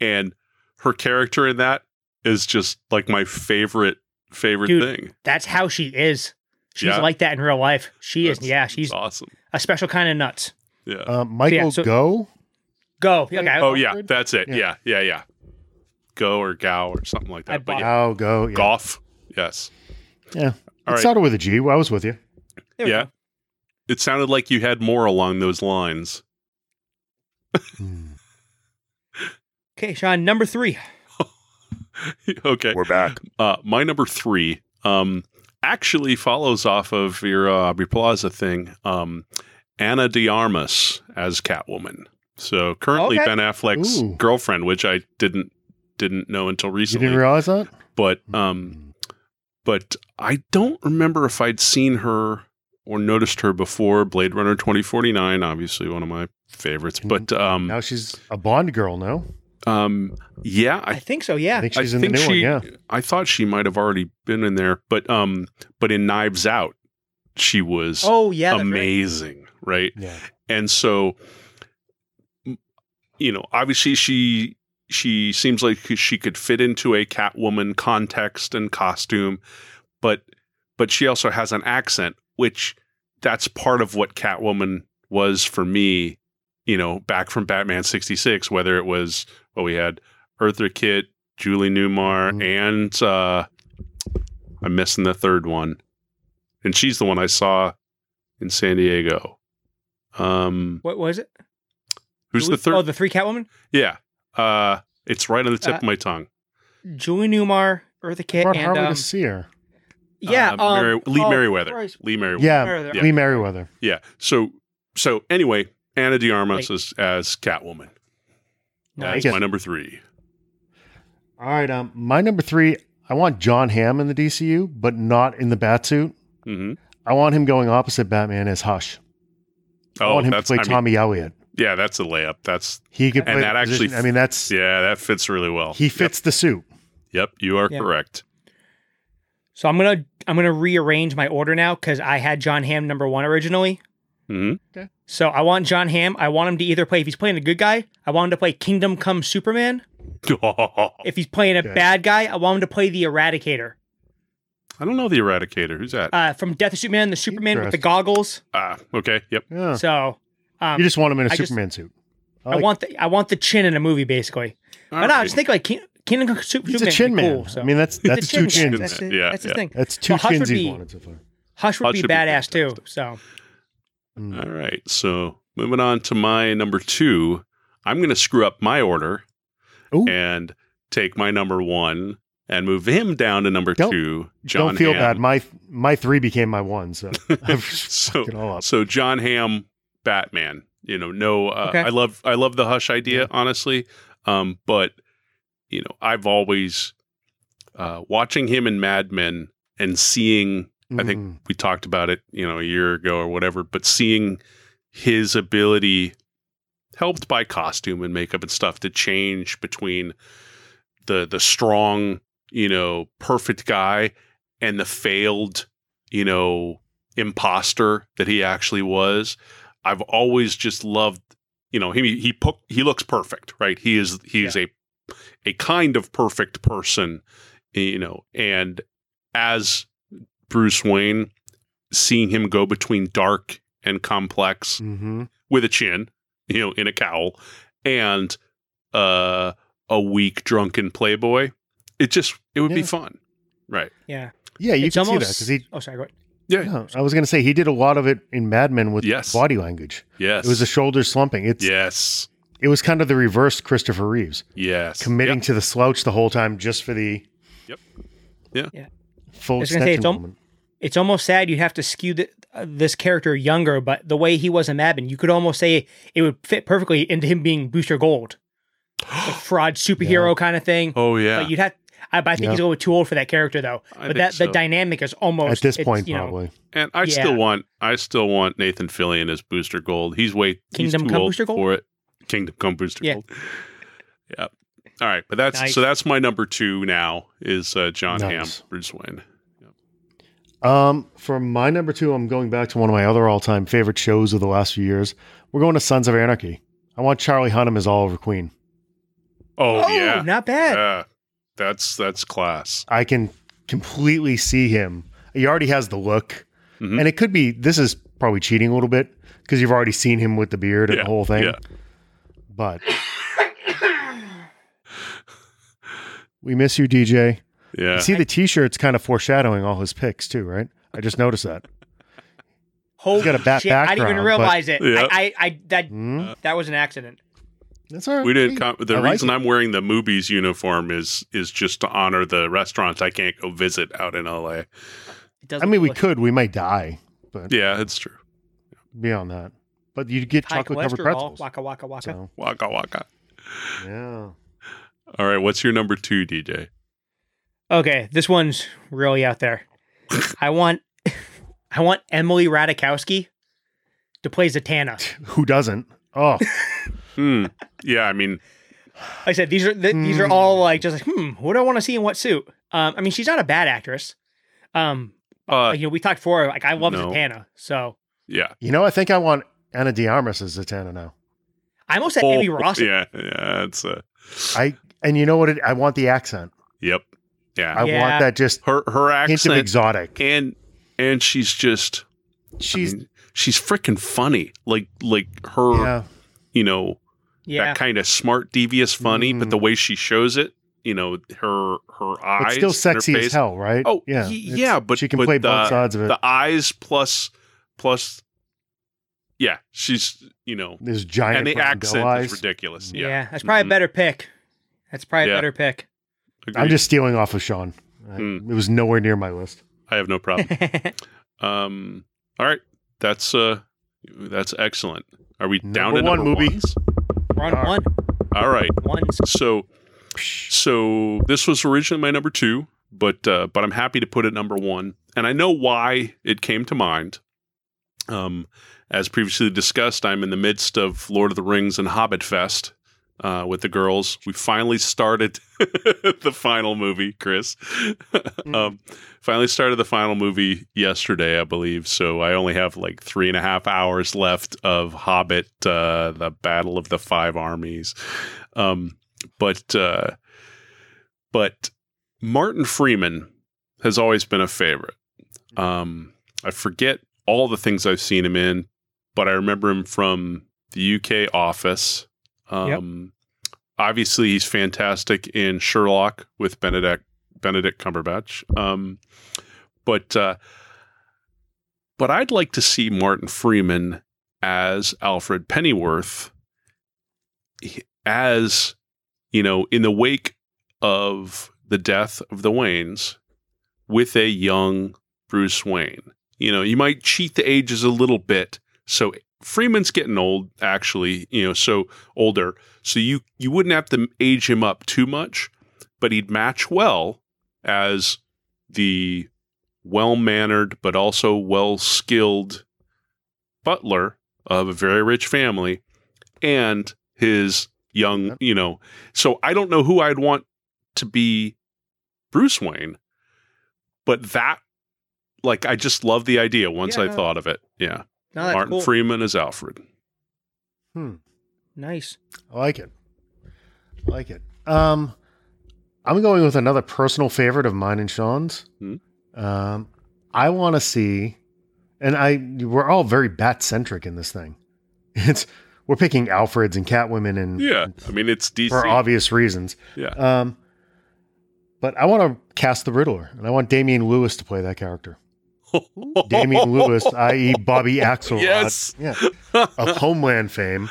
Speaker 3: And her character in that is just like my favorite favorite
Speaker 1: Dude,
Speaker 3: thing.
Speaker 1: that's how she is. She's
Speaker 3: Yeah.
Speaker 1: like that in real life. She is.
Speaker 3: That's-
Speaker 1: Yeah,
Speaker 3: that's
Speaker 1: she's
Speaker 3: awesome.
Speaker 1: a special kind of nuts.
Speaker 3: Yeah.
Speaker 2: Uh, Michael
Speaker 1: so-
Speaker 2: Go.
Speaker 1: Go. Okay. I-
Speaker 3: oh yeah,
Speaker 2: Alfred?
Speaker 3: that's it.
Speaker 2: Yeah.
Speaker 3: Yeah. yeah, yeah, Go or Gow or something like
Speaker 1: I
Speaker 3: that. But
Speaker 1: bought
Speaker 3: yeah,
Speaker 2: Oh, go. Yeah.
Speaker 3: Goff. Yes.
Speaker 2: Yeah.
Speaker 3: All
Speaker 2: it
Speaker 3: right.
Speaker 2: started with a G. Well, I was with you.
Speaker 1: there we
Speaker 3: yeah.
Speaker 1: go.
Speaker 3: It sounded like you had more along those lines.
Speaker 2: Hmm.
Speaker 1: Okay, Sean. Number three.
Speaker 3: okay.
Speaker 4: We're back.
Speaker 3: Uh, my number three um, actually follows off of your uh, Aubrey Plaza thing. Um, Anna De Armas as Catwoman. So currently
Speaker 1: Okay.
Speaker 3: Ben Affleck's
Speaker 2: Ooh.
Speaker 3: girlfriend, which I didn't didn't know until
Speaker 2: You
Speaker 3: recently.
Speaker 2: didn't Mm-hmm. realize that?
Speaker 3: but um, but I don't remember if I'd seen her or noticed her before Blade Runner twenty forty nine. Obviously, one of my favorites.
Speaker 2: Mm-hmm.
Speaker 3: But um,
Speaker 2: now she's a Bond girl. No,
Speaker 3: um, yeah, I
Speaker 1: I think so.
Speaker 2: I
Speaker 1: Yeah.
Speaker 2: think
Speaker 3: I
Speaker 2: she's in
Speaker 3: think
Speaker 2: the new
Speaker 3: she-
Speaker 2: one.
Speaker 3: I thought she might have already been in there, but um, but in Knives Out, she was
Speaker 1: Oh yeah. that's right.
Speaker 3: amazing, right?
Speaker 2: Yeah, yeah.
Speaker 3: And so, m- you know, obviously she she seems like she could fit into a Catwoman context and costume, but but she also has an accent, which that's part of what Catwoman was for me. You know, back from Batman '66, whether it was well, we had Eartha Kitt, Julie Newmar,
Speaker 2: Mhm.
Speaker 3: and uh, I'm missing the third one, and she's the one I saw in San Diego. Um,
Speaker 1: What was it?
Speaker 3: who's the
Speaker 1: Who- Oh,
Speaker 3: third?
Speaker 1: the three Catwoman.
Speaker 3: yeah, uh, it's right on the tip
Speaker 1: Uh,
Speaker 3: of my tongue.
Speaker 1: Julie Newmar, Eartha Kitt,
Speaker 2: Brought
Speaker 1: and
Speaker 2: Harvey
Speaker 1: um,
Speaker 2: to see her.
Speaker 1: yeah.
Speaker 3: Uh,
Speaker 1: um,
Speaker 3: Merri- Lee
Speaker 1: oh,
Speaker 3: Merriweather.
Speaker 1: Christ.
Speaker 3: Lee Merriweather.
Speaker 2: Yeah,
Speaker 1: Merriweather.
Speaker 2: Lee Merriweather.
Speaker 3: Yeah. So so anyway, Anna De Armas as, as Catwoman.
Speaker 1: Nice.
Speaker 3: That's my number three.
Speaker 2: All right. Um, my number three, I want John Hamm in the DCU, but not in the Batsuit.
Speaker 3: hmm
Speaker 2: I want him going opposite Batman as Hush. I
Speaker 3: Oh,
Speaker 2: want him to
Speaker 3: that's
Speaker 2: play
Speaker 3: I mean,
Speaker 2: Tommy Elliott.
Speaker 3: yeah, that's a layup. That's
Speaker 2: He could
Speaker 1: And
Speaker 2: play
Speaker 3: that
Speaker 2: the
Speaker 3: actually-
Speaker 2: position. I mean, that's
Speaker 3: yeah, that fits really well.
Speaker 2: he fits the suit.
Speaker 3: Yep, yep you are
Speaker 1: Yeah.
Speaker 3: correct.
Speaker 1: So I'm gonna I'm gonna rearrange my order now because I had John Hamm number one originally.
Speaker 3: hmm
Speaker 1: So I want John Hamm. I want him to either play if he's playing a good guy, I want him to play Kingdom Come Superman.
Speaker 3: I
Speaker 1: If he's playing a
Speaker 2: Okay.
Speaker 1: bad guy, I want him to play the Eradicator.
Speaker 3: don't know the Eradicator. Who's that?
Speaker 1: Uh, from Death of Superman, the Superman with the
Speaker 2: Interesting.
Speaker 1: goggles.
Speaker 3: Ah, okay. Yep.
Speaker 2: Yeah.
Speaker 1: So um,
Speaker 2: you just want him in a
Speaker 1: I just-
Speaker 2: Superman suit. I,
Speaker 1: I
Speaker 2: like-
Speaker 1: want the I want the chin in a movie basically.
Speaker 3: All
Speaker 1: but uh, no, I
Speaker 3: right.
Speaker 1: just think like King, Kingdom Come Su-
Speaker 2: he's
Speaker 1: Superman.
Speaker 2: a
Speaker 1: would
Speaker 2: chin
Speaker 1: be
Speaker 2: man.
Speaker 1: cool, so.
Speaker 2: I mean, that's
Speaker 1: He's a
Speaker 2: that's
Speaker 1: chin
Speaker 2: two
Speaker 1: man.
Speaker 2: chins.
Speaker 1: That's, his-
Speaker 3: Yeah,
Speaker 1: that's his
Speaker 3: yeah.
Speaker 1: thing.
Speaker 2: That's two
Speaker 1: Well, Hush
Speaker 2: chins
Speaker 1: would
Speaker 2: he's
Speaker 1: be-
Speaker 2: wanted so far.
Speaker 1: Hush would
Speaker 3: Hush
Speaker 1: be
Speaker 3: would be
Speaker 1: badass too.
Speaker 3: fantastic.
Speaker 1: So
Speaker 2: Mm.
Speaker 3: All right. So moving on to my number two, I'm going to screw up my order
Speaker 2: Ooh.
Speaker 3: and take my number one and move him down to number
Speaker 2: Don't-
Speaker 3: two. John
Speaker 2: Don't feel bad.
Speaker 3: Hamm.
Speaker 2: My my three became my one, so I've
Speaker 3: so
Speaker 2: fucked it all up.
Speaker 3: so John Hamm, Batman. You know, no, uh,
Speaker 1: Okay.
Speaker 3: I love I love the Hush idea, honestly. Um, but you know, I've always uh, watching him in Mad Men and seeing I think
Speaker 2: Mm.
Speaker 3: we talked about it, you know, a year ago or whatever, but seeing his ability helped by costume and makeup and stuff to change between the the strong, you know, perfect guy and the failed, you know, imposter that he actually was. I've always just loved, you know, he he po- he looks perfect, right? He is he is a a kind of perfect person, you know, and as Bruce Wayne, seeing him go between dark and complex
Speaker 2: Mhm.
Speaker 3: with a chin, you know, in a cowl, and uh, a weak drunken playboy, it just it would be
Speaker 2: Yeah.
Speaker 3: fun, right?
Speaker 1: yeah.
Speaker 2: Yeah, you
Speaker 1: It's
Speaker 2: can see that
Speaker 1: almost-
Speaker 2: because he.
Speaker 1: Oh, sorry. Go ahead.
Speaker 2: yeah, I was going to say he did a lot of it in Mad Men with
Speaker 3: Yes.
Speaker 2: body language.
Speaker 3: Yes,
Speaker 2: It was a shoulder slumping. It's
Speaker 3: yes,
Speaker 2: it was kind of the reverse Christopher Reeves
Speaker 3: yes,
Speaker 2: committing
Speaker 3: Yep.
Speaker 2: to the slouch the whole time just for the.
Speaker 3: Yep. Yeah.
Speaker 1: Yeah.
Speaker 2: Full
Speaker 1: I was gonna say,
Speaker 2: extension
Speaker 1: it's al-
Speaker 2: moment.
Speaker 1: It's almost sad you have to skew the, uh, this character younger, but the way he was in Mad Men, you could almost say it would fit perfectly into him being Booster Gold, a fraud superhero kind of thing.
Speaker 3: Oh yeah,
Speaker 1: But you'd have. I, but I think
Speaker 2: Yeah.
Speaker 1: he's a little bit too old for that character though.
Speaker 3: I
Speaker 1: but
Speaker 3: think
Speaker 1: that
Speaker 3: so.
Speaker 1: the dynamic is almost
Speaker 2: At this
Speaker 1: it's,
Speaker 2: point,
Speaker 1: you know,
Speaker 2: probably.
Speaker 3: and I
Speaker 1: Yeah.
Speaker 3: still want I still want Nathan Fillion as Booster Gold. He's way he's
Speaker 1: Kingdom
Speaker 3: too
Speaker 1: Come
Speaker 3: old
Speaker 1: Booster Gold?
Speaker 3: for it. Kingdom Come Booster
Speaker 1: Yeah.
Speaker 3: Gold. Yeah. All right, but that's so
Speaker 1: Nice.
Speaker 3: that's my number two now is uh, John
Speaker 2: Nice.
Speaker 3: Hamm, Bruce Wayne.
Speaker 2: Um, for my number two, I'm going back to one of my other all-time favorite shows of the last few years. We're going to Sons of Anarchy. I want Charlie Hunnam as Oliver Queen.
Speaker 3: Oh,
Speaker 1: Oh,
Speaker 3: yeah,
Speaker 1: not bad.
Speaker 3: yeah, that's that's class.
Speaker 2: I can completely see him. He already has the look,
Speaker 3: Mhm.
Speaker 2: and it could be this is probably cheating a little bit because you've already seen him with the beard and
Speaker 3: Yeah,
Speaker 2: the whole thing.
Speaker 3: yeah.
Speaker 2: But we miss you, DJ.
Speaker 3: Yeah,
Speaker 2: You see the T-shirt's kind of foreshadowing all his picks too, right? I just noticed that.
Speaker 1: Holy
Speaker 2: got a bat
Speaker 1: shit! I didn't
Speaker 2: background,
Speaker 1: even
Speaker 2: but-
Speaker 1: realize it.
Speaker 3: Yeah.
Speaker 1: I, I, I that
Speaker 2: Hmm?
Speaker 1: that was an accident.
Speaker 2: That's all right.
Speaker 3: Uh, we didn't. Com- the
Speaker 2: I like
Speaker 3: reason I'm wearing the movies uniform is is just to honor the restaurants I can't go visit out in LA.
Speaker 1: It doesn't
Speaker 2: I mean, we
Speaker 1: look-
Speaker 2: could. We might die, but
Speaker 3: Yeah, it's true.
Speaker 2: beyond that, but you get
Speaker 1: high
Speaker 2: chocolate covered
Speaker 1: cholesterol.
Speaker 2: pretzels.
Speaker 1: Waka waka waka.
Speaker 2: So
Speaker 3: Waka waka.
Speaker 2: yeah,
Speaker 3: All right, what's your number two, DJ?
Speaker 1: Okay, this one's really out there. I want, I want Emily Radikowski to play Zatanna.
Speaker 2: who doesn't? Oh,
Speaker 3: Hmm. Yeah, I mean,
Speaker 1: Like I said these are th- these are all like just like hmm, what do I want to see in what suit? Um, I mean, she's not a bad actress. Um,
Speaker 3: uh,
Speaker 1: like, you know, we talked before. Like I love
Speaker 3: no.
Speaker 1: Zatanna, so
Speaker 3: yeah.
Speaker 2: you know, I think I want Anna Diarmas as Zatanna now.
Speaker 1: I almost said
Speaker 3: Oh,
Speaker 1: Amy Ross.
Speaker 3: Yeah, yeah. It's uh,
Speaker 2: I and you know what? It, I want the accent.
Speaker 3: yep. Yeah.
Speaker 2: I
Speaker 1: Yeah.
Speaker 2: want that just
Speaker 3: her her
Speaker 2: hint of
Speaker 3: accent
Speaker 2: exotic.
Speaker 3: and and she's just
Speaker 2: She's
Speaker 3: I mean, she's freaking funny. Like like her,
Speaker 2: yeah,
Speaker 3: you know,
Speaker 1: Yeah,
Speaker 3: that kind of smart, devious, funny, but
Speaker 2: Mm.
Speaker 3: the way she shows it, you know, her her eyes,
Speaker 2: but still
Speaker 3: and
Speaker 2: sexy
Speaker 3: her
Speaker 2: as
Speaker 3: face-
Speaker 2: hell, right?
Speaker 3: Oh,
Speaker 2: yeah,
Speaker 3: y-
Speaker 2: It's-
Speaker 3: yeah, but-
Speaker 2: she can
Speaker 3: but
Speaker 2: play
Speaker 3: the-
Speaker 2: both sides of it.
Speaker 3: The eyes plus plus, yeah, she's you know,
Speaker 2: There's giant
Speaker 3: and the
Speaker 2: fucking doe
Speaker 3: accent
Speaker 2: eyes.
Speaker 3: is ridiculous.
Speaker 1: yeah.
Speaker 3: Yeah,
Speaker 1: That's probably
Speaker 3: Mhm.
Speaker 1: a better pick. That's probably
Speaker 3: Yeah.
Speaker 1: a better pick.
Speaker 2: I'm
Speaker 3: Agreed.
Speaker 2: just stealing off of Sean. I-
Speaker 3: Mm.
Speaker 2: It was nowhere near my list.
Speaker 3: I have no problem. um, all right, that's uh, That's excellent. Are we down
Speaker 2: Number
Speaker 3: to
Speaker 2: one
Speaker 3: number
Speaker 2: movie.
Speaker 3: ones?
Speaker 1: We're on one.
Speaker 3: All right.
Speaker 1: Ones.
Speaker 3: So so this was originally my number two, but uh, but I'm happy to put it number one, and I know why it came to mind. Um, as previously discussed, I'm in the midst of Lord of the Rings and Hobbit Fest uh, with the girls. We finally started the final movie, Chris. um, finally started the final movie yesterday, I believe. So I only have like three and a half hours left of Hobbit, uh, the Battle of the Five Armies. Um, but uh, but Martin Freeman has always been a favorite. Um, I forget all the things I've seen him in, but I remember him from the UK Office. Um, Obviously, he's fantastic in Sherlock with Benedict Benedict Cumberbatch. Um, but uh, but I'd like to see Martin Freeman as Alfred Pennyworth, he- as you know, in the wake of the death of the Waynes, with a young Bruce Wayne. You know, you might cheat the ages a little bit, so Freeman's getting old, actually. You know, so older, so you you wouldn't have to age him up too much, but he'd match well as the well mannered but also well skilled butler of a very rich family and his young, you know. So I don't know who I'd want to be Bruce Wayne, but that, like, I just love the idea once
Speaker 1: Yeah,
Speaker 3: I
Speaker 1: no.
Speaker 3: thought of it. Yeah.
Speaker 1: No, that's
Speaker 3: Martin
Speaker 1: cool.
Speaker 3: Freeman as Alfred.
Speaker 1: Nice.
Speaker 2: I like it. I like it. Um, I'm going with another personal favorite of mine and Sean's.
Speaker 3: Hmm.
Speaker 2: Um, I want to see, and I we're all very bat centric in this thing. It's we're picking Alfreds and Catwomen and
Speaker 3: Yeah. I mean, it's DC.
Speaker 2: for obvious reasons.
Speaker 3: Yeah.
Speaker 2: Um, but I want to cast the Riddler, and I want Damian Lewis to play that character. Damian Lewis, i.e., Bobby Axelrod,
Speaker 3: Yes.
Speaker 2: yeah, of Homeland fame.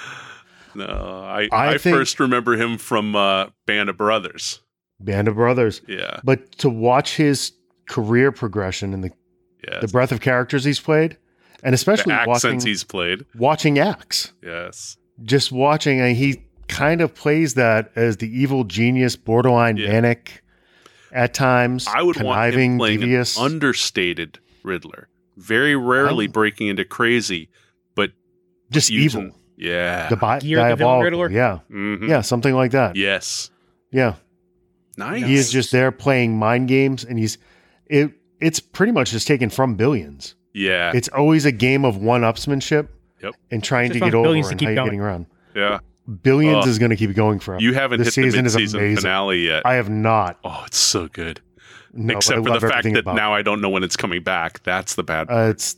Speaker 3: No, I, I,
Speaker 2: I think-
Speaker 3: first remember him from uh, Band of Brothers.
Speaker 2: Band of Brothers.
Speaker 3: Yeah.
Speaker 2: But to watch his career progression and the,
Speaker 3: Yes.
Speaker 2: the breadth of characters he's played, and
Speaker 3: the
Speaker 2: especially
Speaker 3: accents
Speaker 2: watching,
Speaker 3: he's played.
Speaker 2: watching acts,
Speaker 3: Yes.
Speaker 2: just watching, and he kind of plays that as the evil genius, borderline
Speaker 3: Yeah.
Speaker 2: manic at times,
Speaker 3: I would want
Speaker 2: conniving,
Speaker 3: him playing
Speaker 2: devious.
Speaker 3: an understated Riddler. Very rarely
Speaker 2: I'm-
Speaker 3: breaking into crazy.
Speaker 2: just
Speaker 3: using-
Speaker 2: evil.
Speaker 3: Yeah.
Speaker 2: The bi-
Speaker 1: Gear the villain
Speaker 2: diabolical,
Speaker 1: Riddler?
Speaker 2: Yeah.
Speaker 3: Mhm.
Speaker 2: Yeah, something like that.
Speaker 3: Yes.
Speaker 2: Yeah.
Speaker 3: Nice.
Speaker 2: He is just there playing mind games and he's it it's pretty much just taken from billions.
Speaker 3: Yeah.
Speaker 2: It's always a game of one upsmanship
Speaker 3: Yep.
Speaker 2: and trying
Speaker 1: Just
Speaker 2: to get
Speaker 1: found
Speaker 2: over
Speaker 1: billions to
Speaker 2: and
Speaker 1: keep
Speaker 2: how you're
Speaker 1: going.
Speaker 2: getting around.
Speaker 3: yeah.
Speaker 2: Billions
Speaker 3: Ugh.
Speaker 2: is gonna keep going forever.
Speaker 3: You haven't
Speaker 2: This
Speaker 3: hit the
Speaker 2: season is
Speaker 3: mid-season
Speaker 2: amazing.
Speaker 3: finale yet.
Speaker 2: I have not.
Speaker 3: oh, it's so good.
Speaker 2: No,
Speaker 3: Except
Speaker 2: but I
Speaker 3: for
Speaker 2: love
Speaker 3: the fact
Speaker 2: everything
Speaker 3: that
Speaker 2: about it.
Speaker 3: now I don't know when it's coming back. That's the bad
Speaker 2: uh, it's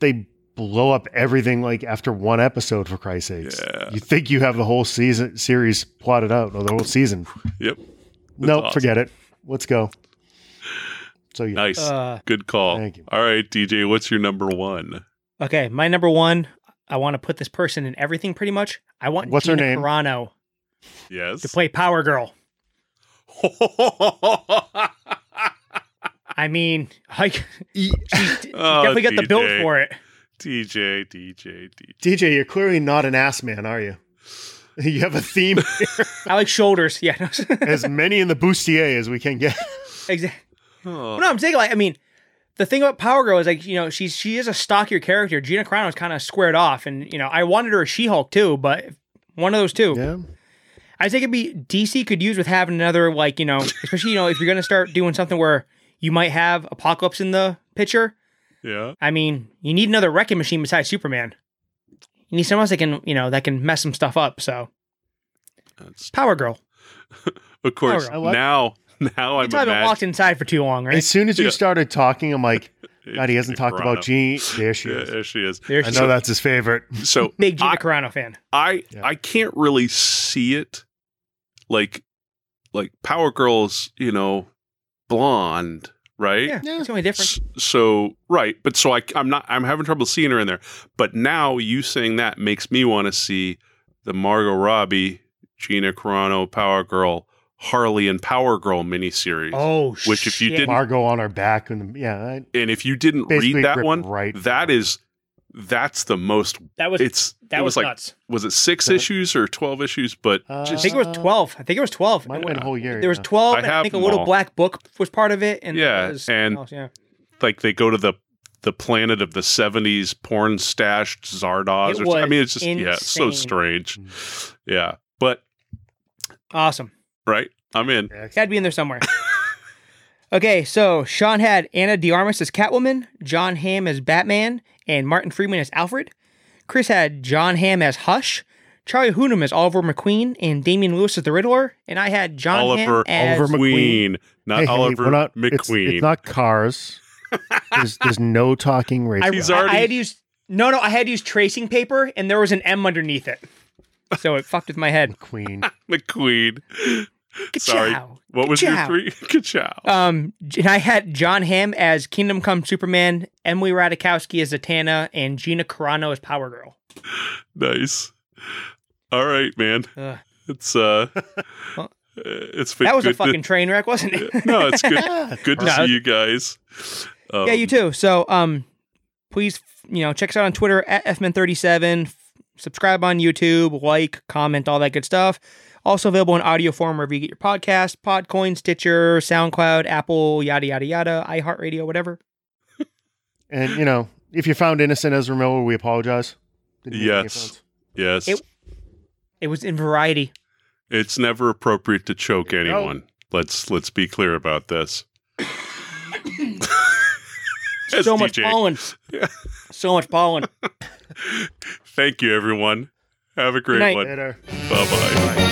Speaker 2: they blow up everything like after one episode for Christ's sakes.
Speaker 3: Yeah.
Speaker 2: You think you have the whole season series plotted out or the whole season.
Speaker 3: Yep. That's
Speaker 2: nope,
Speaker 3: awesome.
Speaker 2: forget it. Let's go. So yeah.
Speaker 3: Nice.
Speaker 1: Uh,
Speaker 3: Good call.
Speaker 2: Thank you.
Speaker 3: All right, DJ, what's your number one?
Speaker 1: okay, my number one. I want to put this person in everything pretty much. I want
Speaker 2: What's her
Speaker 1: Gina
Speaker 2: name?
Speaker 1: Carano
Speaker 3: Yes.
Speaker 1: to play Power Girl. I mean, like
Speaker 2: E-
Speaker 1: definitely got
Speaker 3: Oh,
Speaker 1: the build for it.
Speaker 3: DJ, DJ, DJ.
Speaker 2: DJ, you're clearly not an ass man, are you? You have a theme
Speaker 1: I like shoulders. Yeah, no,
Speaker 2: as many in the bustier as we can get.
Speaker 1: exactly. Well, no, I'm saying like I mean, the thing about Power Girl is like you know she's she is a stockier character. Gina Carano's kind of squared off, and you know I wanted her a She Hulk too, but one of those two.
Speaker 2: Yeah.
Speaker 1: I think it'd be DC could use with having another like you know especially you know if you're gonna start doing something where you might have Apocalypse in the picture.
Speaker 3: Yeah.
Speaker 1: I mean, you need another wrecking machine besides Superman. You need someone else that can you know that can mess some stuff up. So
Speaker 3: That's-
Speaker 1: Power Girl.
Speaker 3: of course,
Speaker 1: Alright.
Speaker 2: I like-
Speaker 3: now, now
Speaker 1: You
Speaker 3: I'm
Speaker 1: probably haven't walked
Speaker 3: imagining.
Speaker 1: inside for too long, right?
Speaker 2: As soon as you
Speaker 3: Yeah.
Speaker 2: started talking, I'm like, God, he hasn't
Speaker 3: Gina
Speaker 2: talked about
Speaker 3: Carano.
Speaker 2: Gene. There she
Speaker 3: Yeah,
Speaker 2: is.
Speaker 3: there she is.
Speaker 1: There's
Speaker 2: I know that's his favorite.
Speaker 3: So
Speaker 1: big Gina
Speaker 3: I-
Speaker 1: Carano fan.
Speaker 3: I
Speaker 2: Yeah.
Speaker 3: I can't really see it like like Power Girl's, you know, blonde, right?
Speaker 1: Yeah, it's the only difference.
Speaker 3: S- So right, but so I I'm not I'm having trouble seeing her in there. But now you saying that makes me want to see the Margot Robbie, Gina Carano, Power Girl, Harley and Power Girl miniseries.
Speaker 1: Oh,
Speaker 3: Which if you
Speaker 1: shit.
Speaker 3: didn't-
Speaker 2: Margot on our back. And the, yeah, I,
Speaker 3: And if you didn't
Speaker 2: basically
Speaker 3: read that
Speaker 2: Rip
Speaker 3: one,
Speaker 2: Right.
Speaker 3: that is that's the most
Speaker 1: That was
Speaker 3: it's
Speaker 1: that
Speaker 3: it
Speaker 1: was,
Speaker 3: was, like
Speaker 1: nuts.
Speaker 3: was it six
Speaker 2: Yeah.
Speaker 3: issues or 12 issues but
Speaker 2: Uh,
Speaker 1: I
Speaker 3: just
Speaker 1: think it was twelve. I think it was twelve.
Speaker 2: Might win a whole year.
Speaker 1: There was
Speaker 2: yeah.
Speaker 1: twelve.
Speaker 3: I
Speaker 1: and I,
Speaker 3: have
Speaker 1: think a
Speaker 3: them
Speaker 1: little
Speaker 3: all.
Speaker 1: black book was part of it. And there
Speaker 3: Yeah,
Speaker 1: was something
Speaker 3: and-
Speaker 1: else, yeah,
Speaker 3: like they go to the the planet of the 70s porn stashed zardoz
Speaker 1: It
Speaker 3: or something. i
Speaker 1: was
Speaker 3: mean it's just yeah it's so
Speaker 1: insane. Mm.
Speaker 3: strange yeah but
Speaker 1: awesome.
Speaker 3: right i'm in
Speaker 1: That'd be in there somewhere. okay, so Sean had Anna DiArmas as Catwoman, John Hamm as Batman, and Martin Freeman as Alfred. Chris had John Hamm as Hush, Charlie Hunnam as Oliver McQueen, and Damian Lewis as the Riddler. And I had John
Speaker 3: Oliver-
Speaker 1: Hamm as
Speaker 2: Oliver McQueen.
Speaker 3: queen not
Speaker 2: Hey, hey,
Speaker 3: oliver
Speaker 2: we're not-
Speaker 3: mcqueen
Speaker 2: It's, it's not cars. there's, there's no talking race.
Speaker 1: I,
Speaker 3: He's
Speaker 1: I- I
Speaker 3: already-
Speaker 1: had to use no, no. I had to use tracing paper, and there was an M underneath it, so it fucked with my head.
Speaker 2: Queen.
Speaker 3: mcqueen sorry
Speaker 1: Ka-chow.
Speaker 3: what was your
Speaker 1: Ka-chow.
Speaker 3: three Ka-chow.
Speaker 1: Um, and I had John Hamm as Kingdom Come Superman, Emily Ratajkowski as Zatanna, and Gina Carano as Power Girl.
Speaker 3: nice all right man
Speaker 1: Ugh.
Speaker 3: it's uh
Speaker 1: Well,
Speaker 3: it's been
Speaker 1: That was a
Speaker 3: good to-
Speaker 1: fucking train wreck, wasn't it?
Speaker 3: no it's good good to
Speaker 1: No,
Speaker 3: see you guys um,
Speaker 1: yeah, you too. So, um, please, you know, check us out on Twitter at fman37. f- Subscribe on YouTube, like, comment, all that good stuff. Also available in audio form wherever you get your podcast, Podcoin, Stitcher, SoundCloud, Apple, yada yada yada, iHeartRadio, whatever.
Speaker 2: And you know, if you're found innocent, Ezra Miller, we apologize. Didn't mean any
Speaker 3: Yes.
Speaker 2: offense.
Speaker 3: yes
Speaker 1: It- It was in Variety.
Speaker 3: It's never appropriate to choke
Speaker 2: go.
Speaker 3: anyone. Let's let's be clear about this. Yes,
Speaker 1: so much
Speaker 3: DJ.
Speaker 1: pollen.
Speaker 3: Yeah.
Speaker 1: So much pollen.
Speaker 3: Thank you, everyone. Have a great
Speaker 1: night.
Speaker 3: one.
Speaker 2: Later.
Speaker 3: Bye bye.